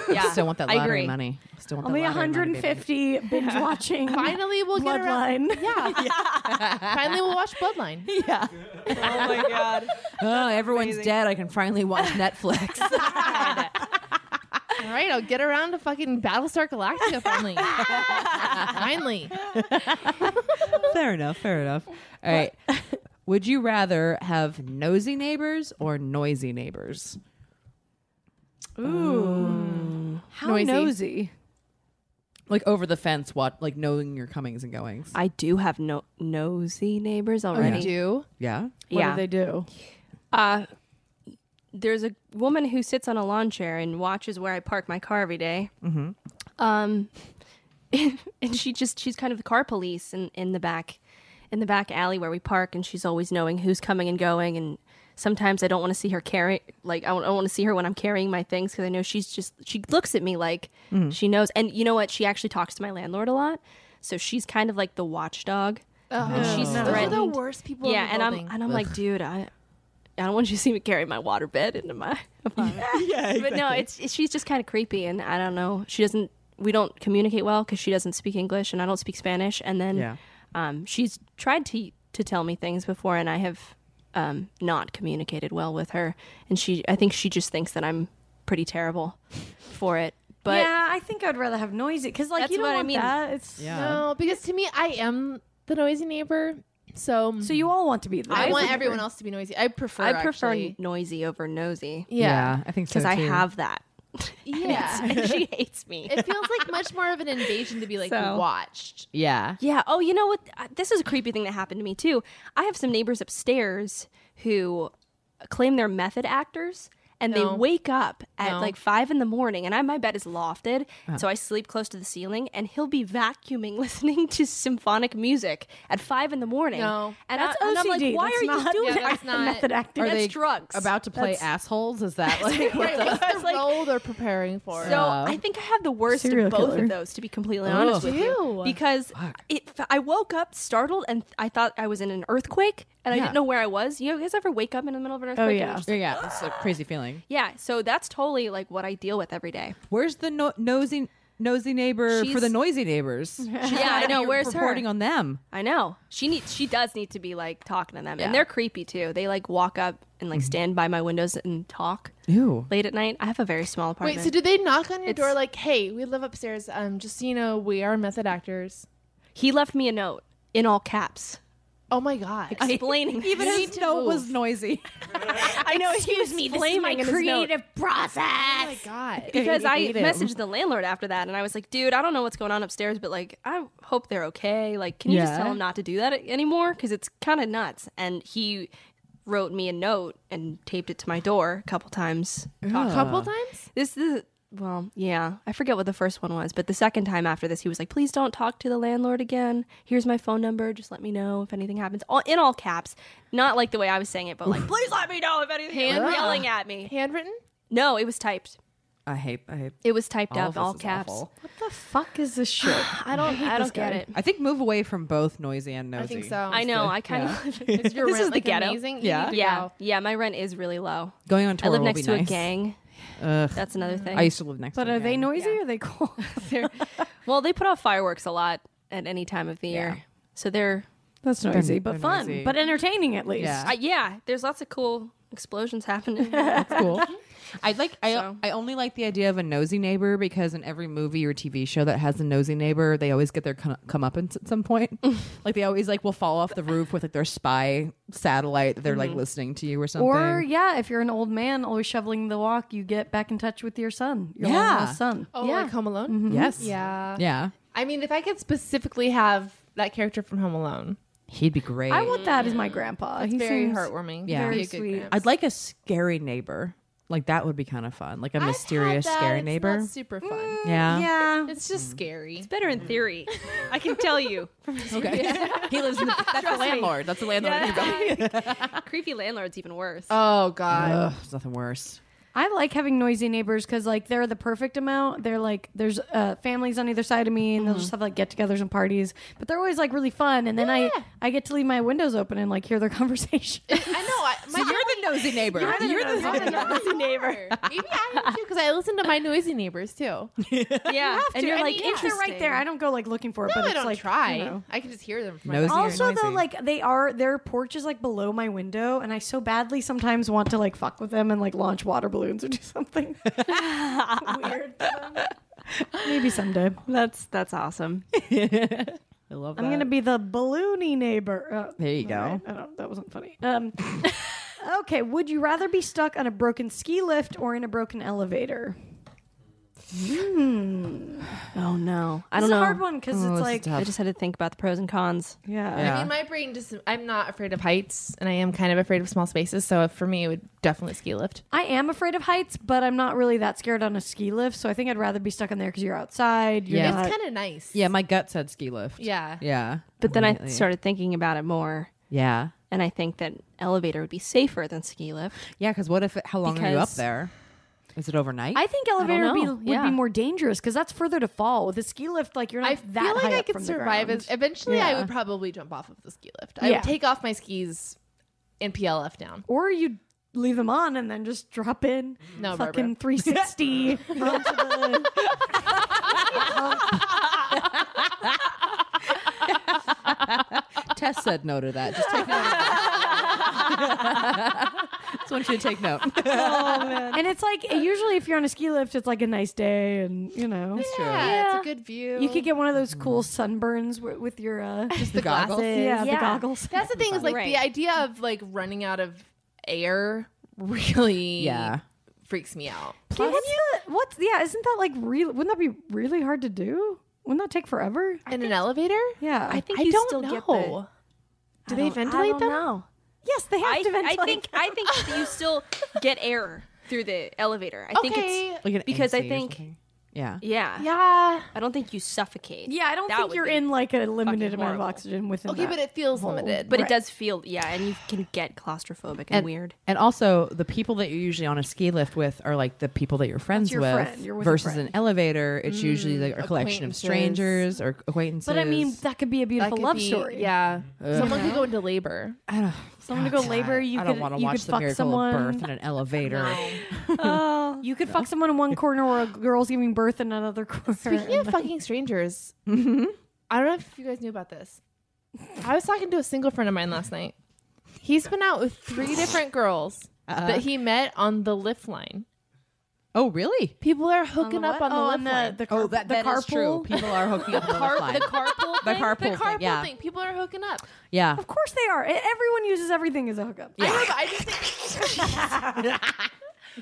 Yeah. Still want that I lottery agree. money. Still want I'll that be lottery money, baby. 150 binge watching. Finally, we'll get around. Bloodline. (laughs) Yeah. Finally, we'll watch (laughs) Bloodline. Oh, everyone's dead. I can finally watch Netflix. All right, I'll get around to fucking Battlestar Galactica (laughs) finally. finally. fair enough. Fair enough. All right. Would you rather have nosy neighbors or noisy neighbors? How Noisy. nosy. Mm. Like over the fence, what like knowing your comings and goings. (laughs) I do have no nosy neighbors already. I do. Yeah. What yeah. do they do? Uh, there's a woman who sits on a lawn chair and watches where I park my car every day. Um, (laughs) and she just she's kind of the car police in in the back, in the back alley where we park, and she's always knowing who's coming and going. And sometimes I don't want to see her carry like I don't, want to see her when I'm carrying my things because I know she's just she looks at me like she knows. And you know what? She actually talks to my landlord a lot, so she's kind of like the watchdog. and she's Oh. Those are threatened the worst people. in yeah, the and I'm building. and I'm like, dude, I, I don't want you to see me carry my water bed into my (laughs) (laughs) apartment. yeah, but no, it's, it's she's just kind of creepy, and I don't know. She doesn't. We don't communicate well because she doesn't speak English and I don't speak Spanish. And then, Yeah. um, she's tried to to tell me things before, and I have um not communicated well with her. And she, I think she just thinks that I'm pretty terrible for it. But yeah, I think I'd rather have noisy because, like, That's you don't what I want mean. that. It's No, because to me, I am the noisy neighbor. So, so you all want to be. the I noisy want neighbor. everyone else to be noisy. I prefer. I prefer actually. noisy over nosy Yeah. I think so because I too. have that. (laughs) Yeah. and she hates me. (laughs) it feels like much more of an invasion to be like (laughs) So- watched. Yeah. Yeah. Oh, you know what? Uh, This is a creepy thing that happened to me too. I have some neighbors upstairs who claim they're method actors. And No. they wake up at No. like five in the morning, and I my bed is lofted, Uh-huh. so I sleep close to the ceiling. And he'll be vacuuming, (laughs) listening to symphonic music at five in the morning. No. and That's Uh, and I'm OCD. like, why That's are you not- (laughs) doing Yeah, that? that's not- method acting? Are That's they drugs. (laughs) about to play That's- assholes? Is that like Right, (laughs) I what's was the like- role they're preparing for? So I think I have the worst of Serial both killer. Oh. of those, to be completely honest with you, Ew. because it, I woke up startled and I thought I was in an earthquake and I Yeah. didn't know where I was. You guys ever wake up in the middle of an earthquake? and Oh, yeah. you're (laughs) just- Yeah, yeah, it's a crazy feeling. yeah. So that's totally like what I deal with every day. Where's the no- nosy nosy neighbor for She's- the noisy neighbors. (laughs) She's yeah, I know. Where's her? reporting on them. I know. She needs. She does need to be like talking to them, Yeah. and they're creepy too. They like walk up and Mm-hmm. like stand by my windows and talk Ew. late at night. I have a very small apartment. Wait, so do they knock on your It's- door like, "Hey, we live upstairs. Um, just so you know, we are method actors." he left me a note in all caps Oh my god! explaining. Even You his need to note was move. noisy. (laughs) I know. Excuse me. This is my creative oh my god! because I hate him. messaged the landlord after that, and I was like, "Dude, I don't know what's going on upstairs, but like, I hope they're okay. Like, can you just Yeah. tell them not to do that anymore? Because it's kind of nuts." And he wrote me a note and taped it to my door a couple times. a Uh. couple times. This is well, yeah, I forget what the first one was, but the second time after this, he was like, "Please don't talk to the landlord again. Here's my phone number. Just let me know if anything happens." All in all caps, not like the way I was saying it, but (laughs) like, "Please let me know if anything." Hand- Hand- yelling at me. Handwritten. No, it was typed. I hate. I hate. It was typed All up, of this all is caps. awful. the fuck is this shit? I don't. I, don't get it. I think move away from both noisy and nosy. I think so. I I know. I kind (laughs) of. (laughs) Is your This rent, is the like, ghetto. Amazing? Yeah. yeah, yeah. My rent is really low. Going on tour I live will next be to nice. a gang. Ugh. That's another thing. I used to live next. But to a are they gang. noisy or are they cool? They're- well, they put off fireworks a lot at any time of the year, so they're That's noisy, They're- but they're fun, noisy. but entertaining at least. Yeah. uh, yeah. There's lots of cool explosions (laughs) happening. cool. I like I So- I only like the idea of a nosy neighbor because in every movie or TV show that has a nosy neighbor, they always get their come, come up at some point. (laughs) like they always like will fall off the roof with like their spy satellite that they're like Mm-hmm. listening to you or something. Or yeah, if you're an old man always shoveling the walk, you get back in touch with your son, your Yeah. long lost son. Oh, yeah. like Home Alone. yes, Yeah. Mm-hmm. yeah, I mean, if I could specifically have that character from Home Alone, he'd be great. I want that as my grandpa. it's he very seems heartwarming. Yeah. Very Very good sweet. grandpa. I'd like a scary neighbor. Like that would be kind of fun. Like a I've had mysterious that. scary It's not neighbor. Mm. super fun. yeah. Yeah. It's just scary. Better in theory, I can tell you. (laughs) Okay. he lives in the, that's the landlord. That's the landlord. (laughs) Creepy landlord's even worse. Oh God. Ugh, it's nothing worse. I like having noisy neighbors because like they're the perfect amount. They're like there's uh, families on either side of me, and they'll just have like get-togethers and parties. But they're always like really fun, and then Yeah. I I get to leave my windows open and like hear their (laughs) conversation. I know. I, my the nosy neighbor. the noisy neighbor. Maybe I am too, because I listen to my noisy neighbors (laughs) too. yeah, and to. you're I like mean, yeah. it's they're right there. I don't go like looking for it, No, but I it's don't like try. You know. I can just hear them. From Nosy my or balcony. Also, though, noisy. like they are, their porch is like below my window, and I so badly sometimes want to like fuck with them and like launch water balloons or do something weird. to them. Maybe someday That's that's (laughs) awesome. I love that. I'm gonna be the balloony neighbor. Uh, There you go. I don't, that wasn't funny. (laughs) Um, okay, would you rather be stuck on a broken ski lift or in a broken elevator? Oh no, I It's don't know. a hard one because Oh, this it's is like tough. I just had to think about the pros and cons. yeah. Yeah. I mean, my brain just, I'm not afraid of heights and I am kind of afraid of small spaces. So for me, it would definitely ski lift. I am afraid of heights, but I'm not really that scared on a ski lift, so I think I'd rather be stuck in there because you're outside. You're Yeah. not- It's kind of nice. Yeah, my gut said ski lift. Yeah. Yeah. But then I Immediately. started thinking about it more, Yeah. and I think that elevator would be safer than ski lift. Yeah, because what if it, how long are you up Because- there? Is it overnight? I think elevator would, be, know. would Yeah. be more dangerous because that's further to fall. With a ski lift, like you're not I that feel like high I up could from survive. The As, ground. eventually, I Yeah. would probably jump off of the ski lift. I Yeah. would take off my skis and PLF down. or you leave them on and then just drop in. No, (laughs) fucking 360 onto the. Tess said no to that. Just take note. (laughs) of that. Just want you to take note. and it's like usually if you're on a ski lift, it's like a nice day, and you know Yeah, Yeah. it's a good view. you could get one of those cool sunburns wi- with your uh, just The goggles. yeah, the Mm-hmm. Yeah. goggles. That's the thing is like the Right. idea of like running out of air really Yeah. freaks me out. Dude, what's, the, what's yeah? Isn't that like real? Wouldn't that be really hard to do? Wouldn't that take forever? In an elevator? Yeah, I think I you don't still know. get the. Do they ventilate them? No, yes, they have I, to ventilate. I think I think that (laughs) you still get air through the elevator. I think it's Okay. Like an Because I AC or think- something. Yeah. yeah. Yeah. I don't think you suffocate. Yeah, I don't That think would you're be in like a limited amount fucking of horrible. oxygen within. Okay, that. but it feels limited. But Right. it does feel yeah, and you can get claustrophobic and, And- weird. And also, the people that you're usually on a ski lift with are like the people that you're friends your with, friend. You're with a versus friend. Mm, an elevator. It's usually like a collection of acquaintances. strangers or acquaintances. But I mean, that could be a That beautiful could love be- story. Yeah. Someone could go into labor. I don't, Someone to go labor. You I could don't want to you watch could the fuck miracle someone. of birth in an elevator. (laughs) Oh, you could fuck someone in one corner where a girl's giving birth in another corner. (laughs) (laughs) Speaking of fucking strangers, I don't know if you guys knew about this. I was talking to a single friend of mine last night. He's been out with three different girls that he met on the lift line. Oh, really? People are hooking up on the lift line. the, Oh, that, the that is true. carpool? People are hooking (laughs) up on the lift line. the carpool The thing. carpool thing, the carpool yeah. thing. People are hooking up. yeah. Of course they are. E- Everyone uses everything as a hookup. I know, but I just think.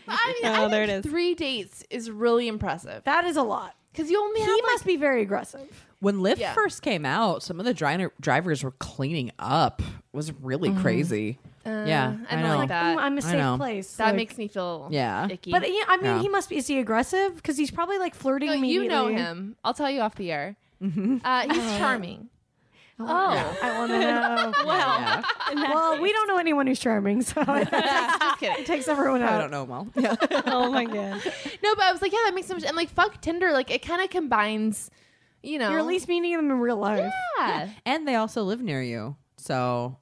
I mean, I Oh, there it think is. Three dates is really impressive That is a lot. because you only He have like, must be very aggressive. When Lyft Yeah. first came out, some of the dri- drivers were cleaning up. It was really crazy. yeah, Uh, I I don't know. like that. Mm, I'm a I safe know. place. that Like- makes me feel Yeah. icky. But yeah, I mean, Yeah. he must be. Is he aggressive? Because he's probably like flirting. No, you know immediately. him. I'll tell you off the air. (laughs) Uh, he's charming. Oh, I want to know. well, Yeah. (laughs) well, we don't know anyone who's charming, so Just kidding. it takes everyone out. I don't know, Mel. Yeah. Oh my god. No, but I was like, yeah, that makes so much. And like, fuck Tinder. Like, it kind of combines, you know. You're at least meeting them in real life. yeah, and they also live near you, so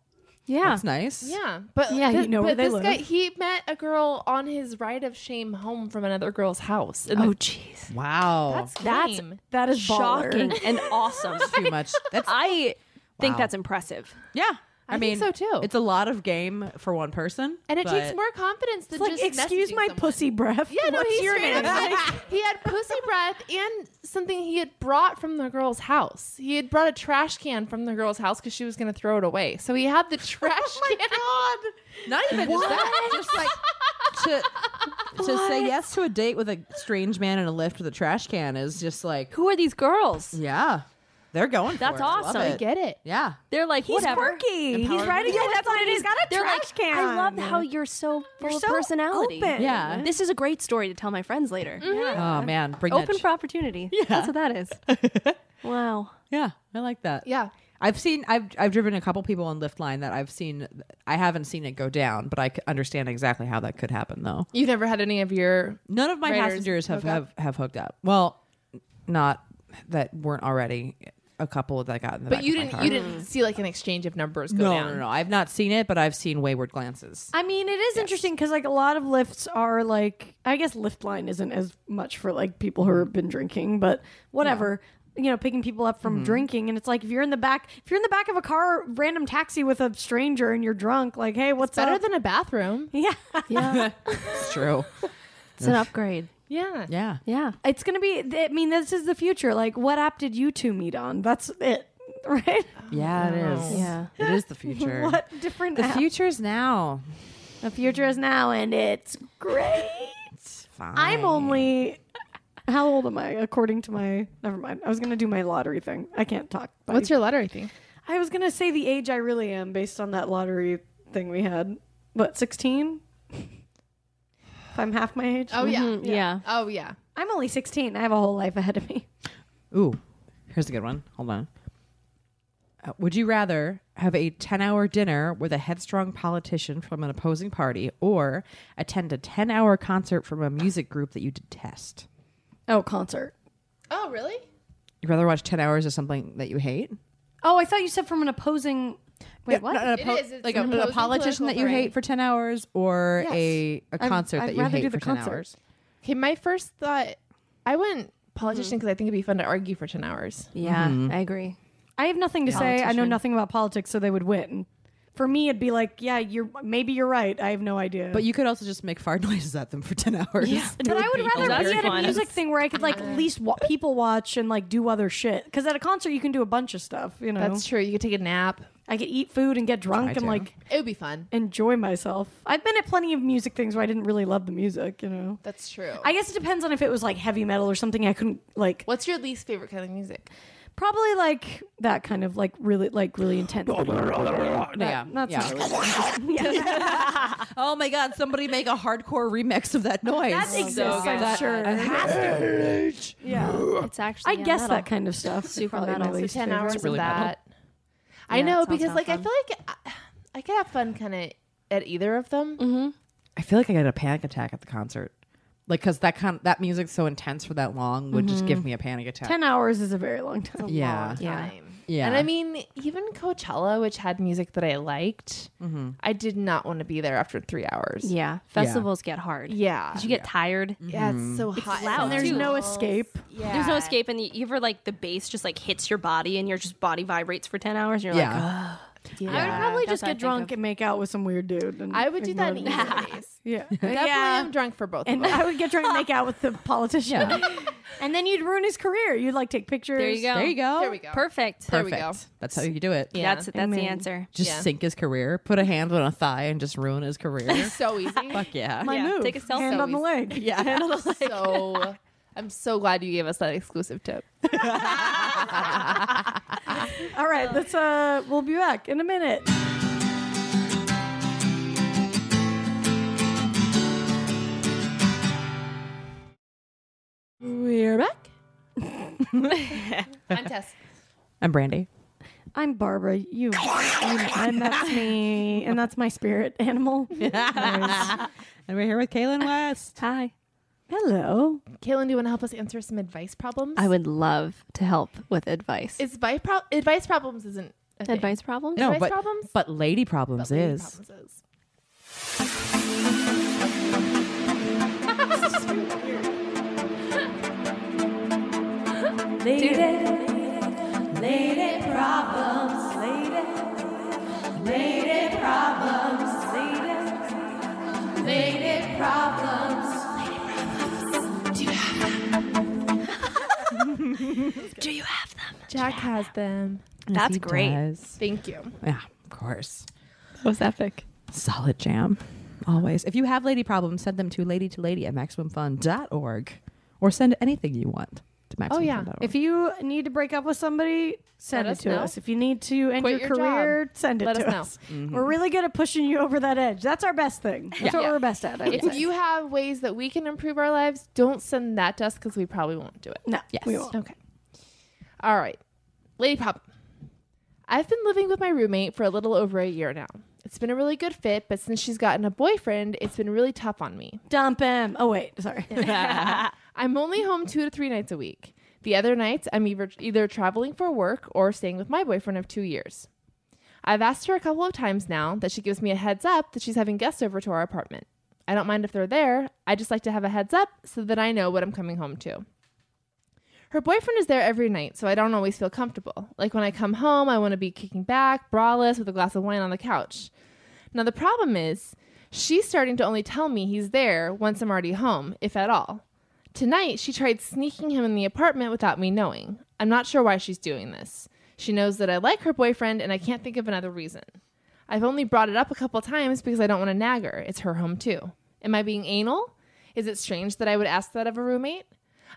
Yeah. that's nice. yeah. But Yeah, you thi- know where but they this live. guy, he met a girl on his ride of shame home from another girl's house. And oh, jeez. Wow. that's That's lame. That is baller. (laughs) shocking (laughs) and awesome. too much. (laughs) That's I think Wow. that's impressive. yeah. I, mean, think so too. It's a lot of game for one person, and it but- takes more confidence than It's like, just excuse messaging my someone. pussy breath. Yeah, no, What's he your straight name? up (laughs) like, he had pussy breath and something he had brought from the girl's house. He had brought a trash can from the girl's house because she was going to throw it away. So he had the (laughs) trash can. Not even just that. Just like to to say yes to a date with a strange man in a lift with a trash can is just like Who are these Mm. girls? yeah, they're going. That's for it. Love awesome. it. (laughs) Get it? Yeah. They're like, (laughs) He's whatever. quirky. He's Empowerment. riding Yeah, a that's what it He's is. got a They're trash like, can. I love how you're so full You're of so personality. open. Mm. Yeah. This is a great story to tell my friends later. Oh man, bring Open that sh- for opportunity. That's what that is. (laughs) wow. Yeah, I like that. Yeah. I've seen I've I've driven a couple people on lift line that I've seen I haven't seen it go down, but I c- understand exactly how that could happen though. You've never had any of your. None of my Riders passengers have, hook up? have have hooked up. Well, not that weren't already a couple that got in the But back you of my didn't. car. You didn't see like an exchange of numbers go No, down. no, no, I've not seen it, but I've seen wayward (laughs) glances. I mean, it is interesting because like a lot of lifts are like I guess lift line isn't as much for like people who have been drinking, but whatever. You know, picking people up Mm-hmm. from drinking, and it's like if you're in the back, if you're in the back of a car, random taxi with a stranger, and you're drunk, like, hey, what's Better up? than a bathroom. (laughs) yeah, It's true. It's an upgrade. Yeah. Yeah. Yeah. it's gonna be. I mean, this is the future. Like, what app did you two meet on? That's it, (laughs) right? Yeah, it is. Yeah. It is (laughs) the future. What different? The app? future's now. the future is now, and it's great. It's fine. I'm only (laughs) how old am I according to my never mind. I was gonna do my lottery thing. I can't talk. buddy. What's your lottery thing? I was gonna say the age I really am based on that lottery thing we had. What, sixteen? if I'm half my age. Oh yeah. Mm-hmm. Mm, yeah. Oh yeah. I'm only sixteen. I have a whole life ahead of me. Ooh, here's a good one. Hold on. Uh, would you rather have a 10 hour dinner with a headstrong politician from an opposing party or attend a 10 hour concert from a music group that you detest? Oh, concert. Oh really? You'd rather watch 10 hours of something that you hate? Oh, I thought you said from an opposing wait, what? Not an It oppo- is, it's like a, an an opposing politician that you political party. hate for 10 hours or a, a I'd- concert I'd that you rather hate do the for 10 concert. hours. Okay. My first thought. I went politician because I think it'd be fun to argue for ten hours. Yeah. I agree. I have nothing to say. I know nothing about politics, so they would win. For me it'd be like, yeah, you're maybe you're right. I have no idea. But you could also just make fart (laughs) noises at them for 10 hours. (laughs) But I would rather hilarious. be at a Fun. music thing where I could like at least wa- people watch and like do other shit. Because at a concert you can do a bunch of stuff. You know, That's true. You could take a nap. I could eat food and get drunk and do. like It would be fun. enjoy myself. I've been at plenty of music things where I didn't really love the music. You know, That's true. I guess it depends on if it was like heavy metal or something. I couldn't like What's your least favorite kind of music? probably like that kind of like really like really intense. yeah. That's yeah. not really yeah, (laughs) (laughs) Oh my God, somebody make a hardcore remix of that noise. that exists. I'm sure. yeah, It's actually. I yeah, guess metal. that kind of stuff. is probably my metal. So So least ten favorite. hours really of metal. that. I Yeah, that know sounds because not like I fun. feel like I, I could have fun kind of at either of them. I feel like I got a panic attack at the concert. Like, cause that con- that Mm-hmm. music's so intense for that long would just give me a panic attack. Ten hours is a very long time. yeah, Yeah. Time. Yeah. And I mean, even Coachella, which had music that I liked, Mm-hmm. I did not want to be there after three hours. Yeah, festivals get hard. Yeah. 'Cause you get tired. Yeah, Mm-hmm. it's so hot. loud, And There's Dude. no escape. yeah. There's no escape, and you ever like the bass just like hits your body, and your just body vibrates for ten hours. And you're like, "Oh, yeah. I would probably just what get I think drunk and make out with some weird dude. And I would do that in ignore either them. ways. Yeah. Definitely yeah. I'm drunk for both (laughs) of and them. I would get drunk and make out with (laughs) the politician. (laughs) and then you'd ruin his career. You'd like take pictures. there you go. There you go. There we go. Perfect. There we go. Perfect. That's how you do it. Yeah. That's that's the answer. Just Yeah. sink his career. Put a hand on a thigh and just ruin his (laughs) career. So easy. Fuck yeah. My Yeah, move. take a selfie. Hand on the (laughs) leg. yeah. so I'm so glad you gave us that exclusive tip. All right, let's. Uh, we'll be back in a minute. We're back. I'm Tess. I'm (laughs) Brandy. I'm Barbara. You, you- and that's me, and that's my spirit (laughs) animal. Nice. And we're here with Kaylin West. Hi. Hello. Kaylin, do you want to help us answer some advice problems? I would love to help with advice. It's advice, pro- advice problems isn't a thing. advice problems? No, Advice but problems? but lady problems Leading is (laughs) problems is. (laughs) Do you have them? Jack has them. Yes, That's he great. does. Thank you. Yeah, of course. That was epic. Solid jam. Always. If you have lady problems, send them to lady to lady at maximumfun.org or send anything you want to maximumfun.org. yeah. If you need to break up with somebody, send Let it us to know. us. If you need to end Quit your your career, job. send it Let to us know. Mm-hmm. us. We're really good at pushing you over that edge. That's our best thing. That's what Yeah. we're best at. I would If say. you have ways that we can improve our lives, don't send that to us because we probably won't do it. no, we won't. Okay. All right. Lady Pop. I've been living with my roommate for a little over a year now. It's been a really good fit, but since she's gotten a boyfriend, it's been really tough on me. Dump him. Oh wait, sorry. (laughs) I'm only home two to three nights a week. The other nights, I'm either, either traveling for work or staying with my boyfriend of two years. I've asked her a couple of times now that she gives me a heads up that she's having guests over to our apartment. I don't mind if they're there, I just like to have a heads up so that I know what I'm coming home to. Her boyfriend is there every night, so I don't always feel comfortable. Like when I come home, I want to be kicking back, braless, with a glass of wine on the couch. Now, the problem is, she's starting to only tell me he's there once I'm already home, if at all. Tonight, she tried sneaking him in the apartment without me knowing. I'm not sure why she's doing this. She knows that I like her boyfriend, and I can't think of another reason. I've only brought it up a couple times because I don't want to nag her. It's her home, too. Am I being anal? Is it strange that I would ask that of a roommate?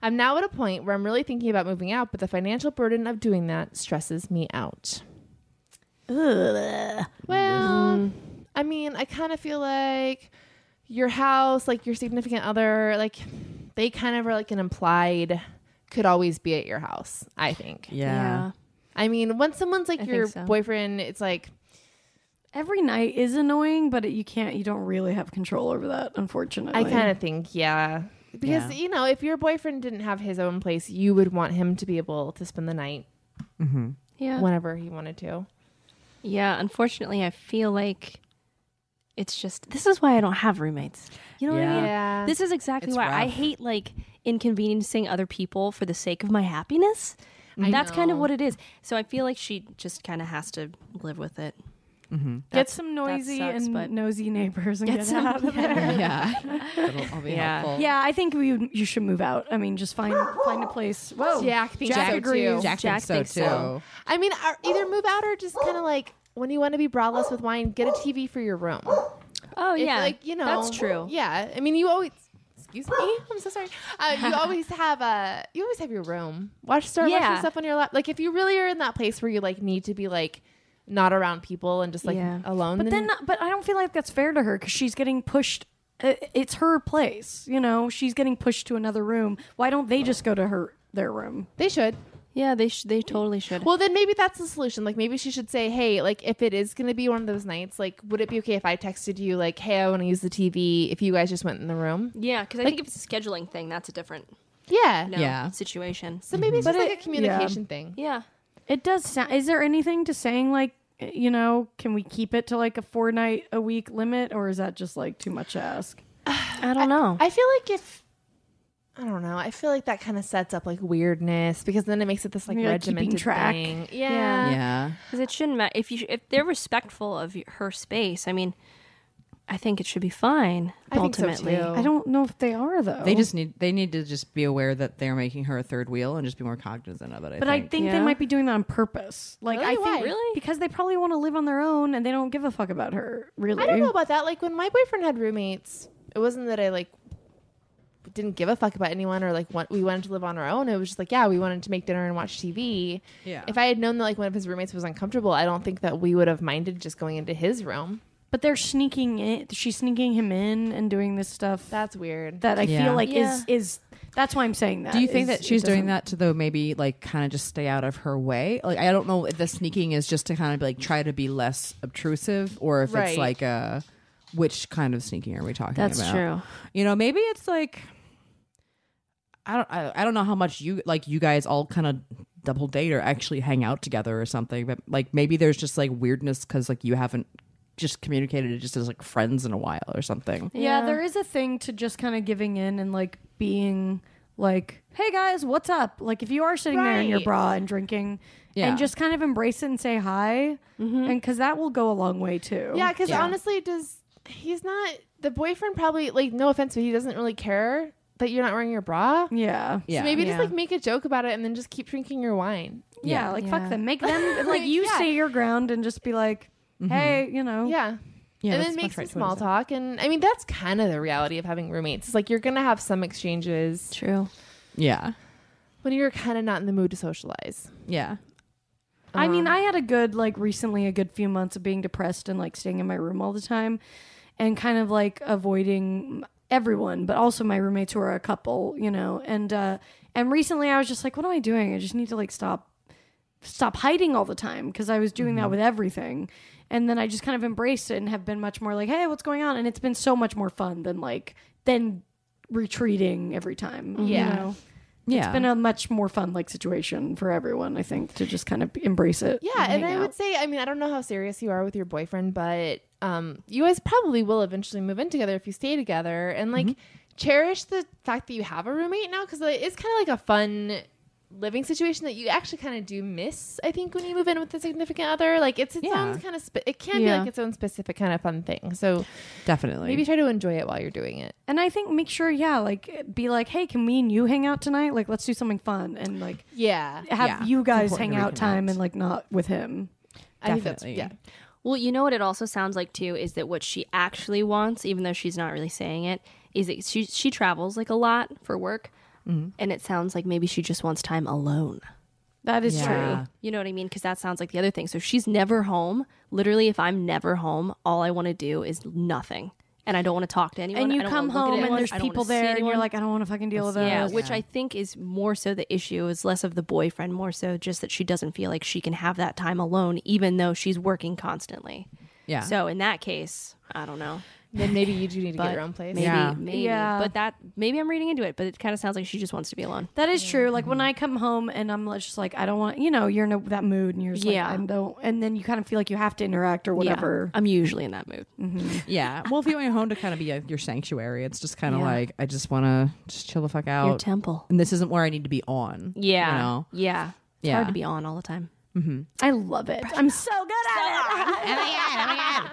I'm now at a point where I'm really thinking about moving out, but the financial burden of doing that stresses me out. Well, Mm-hmm. I mean, I kind of feel like your house, like your significant other, like they kind of are like an implied could always be at your house, I think. yeah. I mean, once someone's like I think your so. boyfriend, it's like, Every night is annoying, but it, you can't. You don't really have control over that, unfortunately. I kind of think, yeah. Because, you know, if your boyfriend didn't have his own place, you would want him to be able to spend the night Yeah. whenever he wanted to. Yeah, unfortunately, I feel like it's just this is why I don't have roommates. You know what I mean? Yeah. This is exactly It's why I rough. hate like inconveniencing other people for the sake of my happiness. That's kind of know. what it is. So I feel like she just kind of has to live with it. get some noisy sucks, and but- nosy neighbors and get, some- out of there. (laughs) Yeah. That'll all be Yeah. helpful. Yeah, I think we, you should move out. I mean, just find find a (gasps) place. Whoa, Jack thinks Jack so, agrees. too. Jack, Oh, Jack thinks thinks so too. so. I mean, are- either move out or just kind of like when you want to be braless with wine, get a TV for your room. Oh It's yeah, like you know, that's true. Yeah, I mean, you always. Excuse me, I'm so sorry. Uh, (laughs) you always have a, you always have your room. Watch start watching Yeah. stuff on your lap. Like if you really are in that place where you like need to be like not around people and just like Yeah. alone. But then, but I don't feel like that's fair to her because she's getting pushed. uh, It's her place, you know. She's getting pushed to another room. Why don't they just go to her their room? they should. Yeah, they sh- they totally should. Well, then maybe that's the solution. Like maybe she should say, "Hey, like if it is going to be one of those nights, like would it be okay if I texted you like, "Hey, I want to use the TV if you guys just went in the room?" yeah, because I think if it's a scheduling thing, that's a different Yeah. no, Yeah. situation. So maybe it's just like a it- communication thing. Yeah, It does sound. Is there anything to saying like, eh, you know, can we keep it to like a four night a week limit, or is that just like too much to ask? I don't know. I feel like if I don't know, I feel like that kind of sets up like weirdness because then it makes it this like You're, like, keeping regimented track. thing. Yeah. Yeah. Because it shouldn't matter if you if they're respectful of y- her space. I mean, I think it should be fine. I think so, ultimately, too. I don't know if they are though. They just need they need to just be aware that they're making her a third wheel and just be more cognizant of it. I But I think. think they Yeah. might be doing that on purpose. Like Really? I think Why? Really? because they probably want to live on their own and they don't give a fuck about her. Really, I don't know about that. Like when my boyfriend had roommates, it wasn't that I like didn't give a fuck about anyone or like want, we wanted to live on our own. It was just like, yeah, we wanted to make dinner and watch TV. Yeah. If I had known that like one of his roommates was uncomfortable, I don't think that we would have minded just going into his room. But they're sneaking it. She's sneaking him in and doing this stuff that That's weird. that I Yeah. feel like Yeah. is is that's why I'm saying that. Do you think is that it she's doing doesn't- that to though maybe like kind of just stay out of her way? Like I don't know if the sneaking is just to kind of like try to be less obtrusive, or if Right. it's like a which kind of sneaking are we talking That's about? true. You know, maybe it's like I don't I, I don't know how much you like you guys all kind of double date or actually hang out together or something, but like maybe there's just like weirdness because like you haven't just communicated it just as like friends in a while or something. Yeah, there is a thing to just kind of giving in and like being like, "Hey guys, what's up?" Like if you are sitting there in your Right. bra and drinking, Yeah. and just kind of embrace it and say hi, and because that will go a long way too. Yeah, because honestly, does he's not the boyfriend? Probably like no offense, but he doesn't really care that you're not wearing your bra. yeah, Yeah. So maybe Yeah. just like make a joke about it and then just keep drinking your wine. yeah, like fuck them, make them like you Yeah. stay your ground and just be like, "Hey, you know, Yeah. Yeah, and that's then much make some right to what I small said. talk. And I mean, that's kind of the reality of having roommates. It's like you're going to have some exchanges True. Yeah. when you're kind of not in the mood to socialize. Yeah. I mean, I had a good like recently a good few months of being depressed and like staying in my room all the time and kind of like avoiding everyone, but also my roommates who are a couple, you know. And uh and recently I was just like, what am I doing? I just need to like stop stop hiding all the time because I was doing Mm-hmm. that with everything. And then I just kind of embraced it and have been much more like, hey, what's going on? And it's been so much more fun than like than retreating every time. Yeah. You know? Yeah. It's been a much more fun like situation for everyone, I think, to just kind of embrace it. Yeah. And, hang I out. would say, I mean, I don't know how serious you are with your boyfriend, but um, you guys probably will eventually move in together if you stay together. And like, Mm-hmm. cherish the fact that you have a roommate now because it's kind of like a fun living situation that you actually kind of do miss i think when you move in with a significant other like it's its Yeah. own kind of spe- it can be Yeah. like its own specific kind of fun thing so Definitely. maybe try to enjoy it while you're doing it And I think make sure, yeah, like be like, hey, can me and you hang out tonight? Like, let's do something fun and like yeah have Yeah, you it's guys important hang to out time reconnect. and like not with him. I think that's- Definitely. yeah Well, you know what it also sounds like too is that what she actually wants, even though she's not really saying it, is that she she travels like a lot for work, Mm-hmm. and it sounds like maybe she just wants time alone. That is Yeah. true. You know what I mean? Because that sounds like the other thing. So if she's never home. Literally, if I'm never home, all I want to do is nothing, and I don't want to talk to anyone. And I you don't come wanna look at home and anyone, there's I don't people wanna see there and you're anyone. like, I don't want to fucking deal with this. Yeah, Uh, which I think is more so the issue is less of the boyfriend, more so just that she doesn't feel like she can have that time alone, even though she's working constantly. Yeah. So in that case, I don't know. then maybe you do need to But get your own place Maybe, Yeah. maybe. Yeah. But that maybe I'm reading into it, but it kind of sounds like she just wants to be alone. That is true. Like Mm-hmm. when I come home and I'm like- just like, I don't want, you know, you're in a, that mood and you're just Yeah. like, I don't, and then you kind of feel like you have to interact or whatever. Yeah, Um, I'm usually in that mood. Mm-hmm. Yeah. Well, if you want your home to kind of be uh your sanctuary, it's just kind of Yeah. like I just want to just chill the fuck out. Oh, Your temple. and this isn't where I need to be on. Yeah. You know. Yeah. It's Yeah. hard to be on all the time. I love it. I'm so good at it.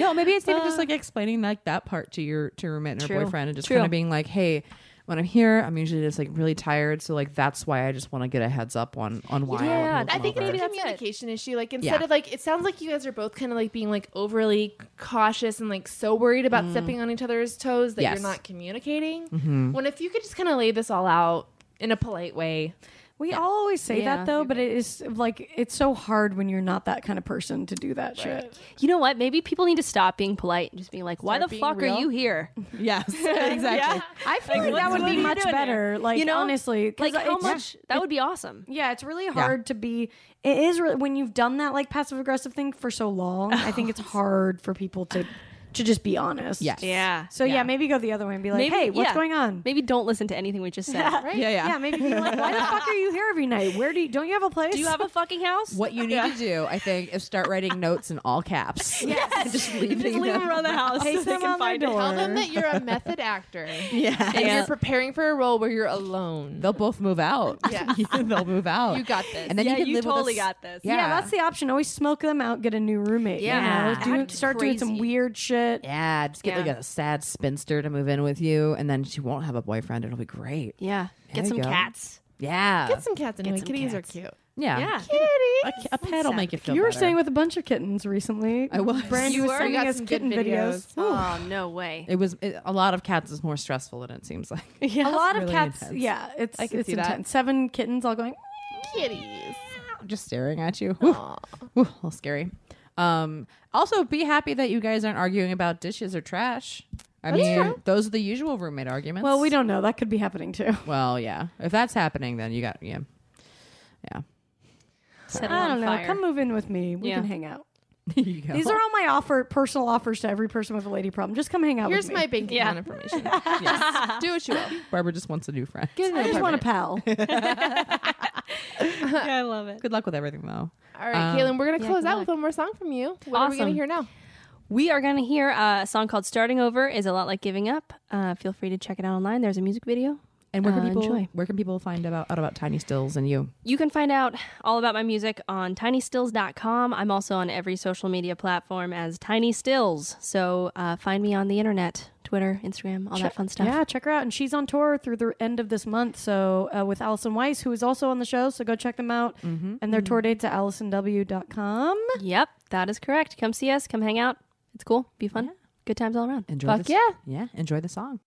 No, maybe it's even just like explaining like that part to your to your roommate and your Uh. True. boyfriend, and just True. kind of being like, hey. When I'm here, I'm usually just like really tired, so like that's why I just want to get a heads up on on why. Yeah, I, want to I come think over. it's a communication issue. Like instead of like, it sounds like you guys are both kind of like being like overly cautious and like so worried about stepping on each other's toes that Yes. you're not communicating. When if you could just kind of lay this all out in a polite way, We all always say Yeah. that though, but it is like it's so hard when you're not that kind of person to do that shit. You know what? Maybe people need to stop being polite and just being like, why Start the being fuck real. are you here? (laughs) yes, exactly. I feel like, that would be much better. Like You know? honestly, 'cause Like, how it's- much? That would be awesome. Yeah, it's really hard to be. It (sighs) is re- when you've done that like passive aggressive thing for so long. I think it's hard for people to to just be honest. Yes. Yeah. So yeah, maybe go the other way and be like, hey, what's yeah. going on? Maybe don't listen to anything we just said. (laughs) Right? Yeah, yeah. Yeah, maybe be like, why the fuck are you here every night? Where do you don't you have a place? Do you have a fucking house? What you need to do, I think, is start writing notes in all caps. (laughs) Yes. And (laughs) just leaving Just leave them. them around (laughs) the house Paste so they them can on my find it. door. Tell them that you're a method actor Yeah. and you're preparing for a role where you're alone. They'll both move out. Yeah. (laughs) They'll move out. You got this. And then Yeah, you can you live totally with us. got this. yeah. that's the option. Always smoke them out, get a new roommate. you Yeah. know? Do- Act start doing some crazy. weird shit. Yeah, just get Yeah. like a sad spinster to move in with you, and then she won't have a boyfriend. It'll be great. Yeah. There Get some you go. cats. Yeah, Get some cats in here. some Kitties cats. are cute. yeah, Yeah. A, a pet will make you feel. You were better. staying with a bunch of kittens recently. I was. Brandy You was were. sending Got us some kitten good videos. (laughs) videos. Ooh. Oh, no way. It was it, a lot of cats is more stressful than it seems like. a lot of Really cats. intense. Yeah, it's I can it's see that. intense. Seven kittens all going. Kitties. (laughs) Just staring at you. Ooh, (laughs) Ooh, a little scary. Um, also, be happy that you guys aren't arguing about dishes or trash. I mean, those are the usual roommate arguments. Well, we don't know. That could be happening too. Well, yeah. If that's happening, then you got yeah, (laughs) yeah. Set I it don't on know. fire. Come move in with me. We Yeah. can hang out. There you go. These are all my offer, personal offers to every person with a lady problem. Just come hang out Here's with me. my bank account information. yes. Do what you will. Barbara just wants a new friend. Get I an just want a apartment. pal. I love it. Good luck with everything though. All right, Caitlin, we're going to close out with one more song from you. What are we going to Awesome. hear now? We are going to hear uh, a song called Starting Over is a lot like giving up. Uh, feel free to check it out online. There's a music video. And where can Uh, people enjoy. where can people find about out about Tiny Stills and you? You can find out all about my music on tinystills.com. I'm also on every social media platform as Tiny Stills. So uh, find me on the internet, Twitter, Instagram, all that fun stuff. Yeah, check her out. And she's on tour through the end of this month. So uh, with Allison Weiss, who is also on the show. So go check them out. And their tour dates at AllisonW.com. Yep, that is correct. Come see us, come hang out. It's cool, be fun. Good times all around. Enjoy Fuck this, yeah. Yeah, enjoy the song.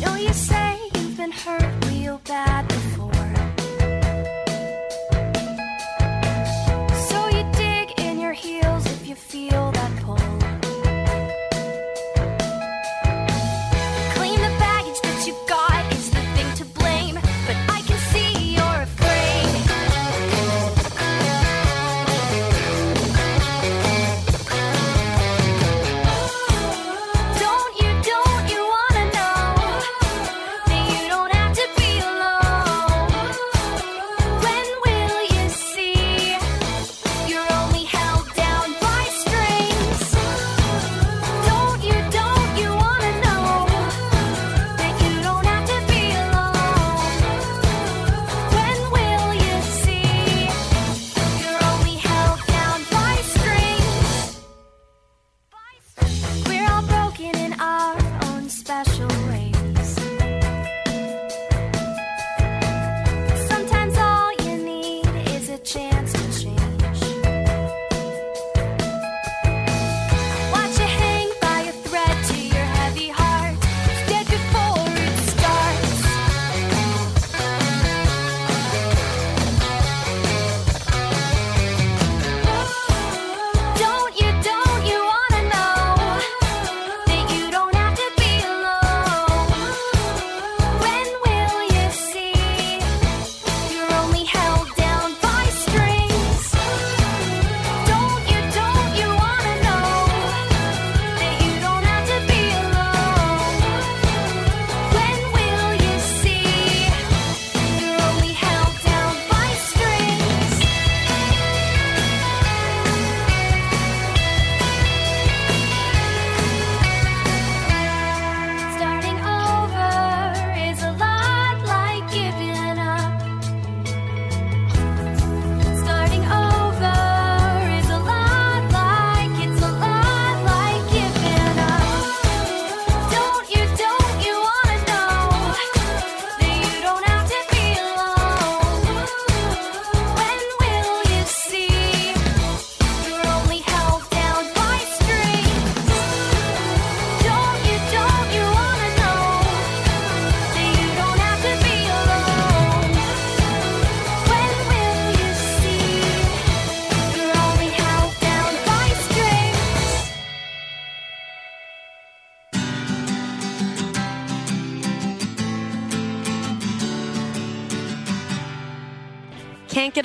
Know you say you've been hurt real bad before. So you dig in your heels if you feel that pull. Claim the baggage that you got is the thing to blame. Can't get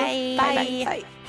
Bye. Bye.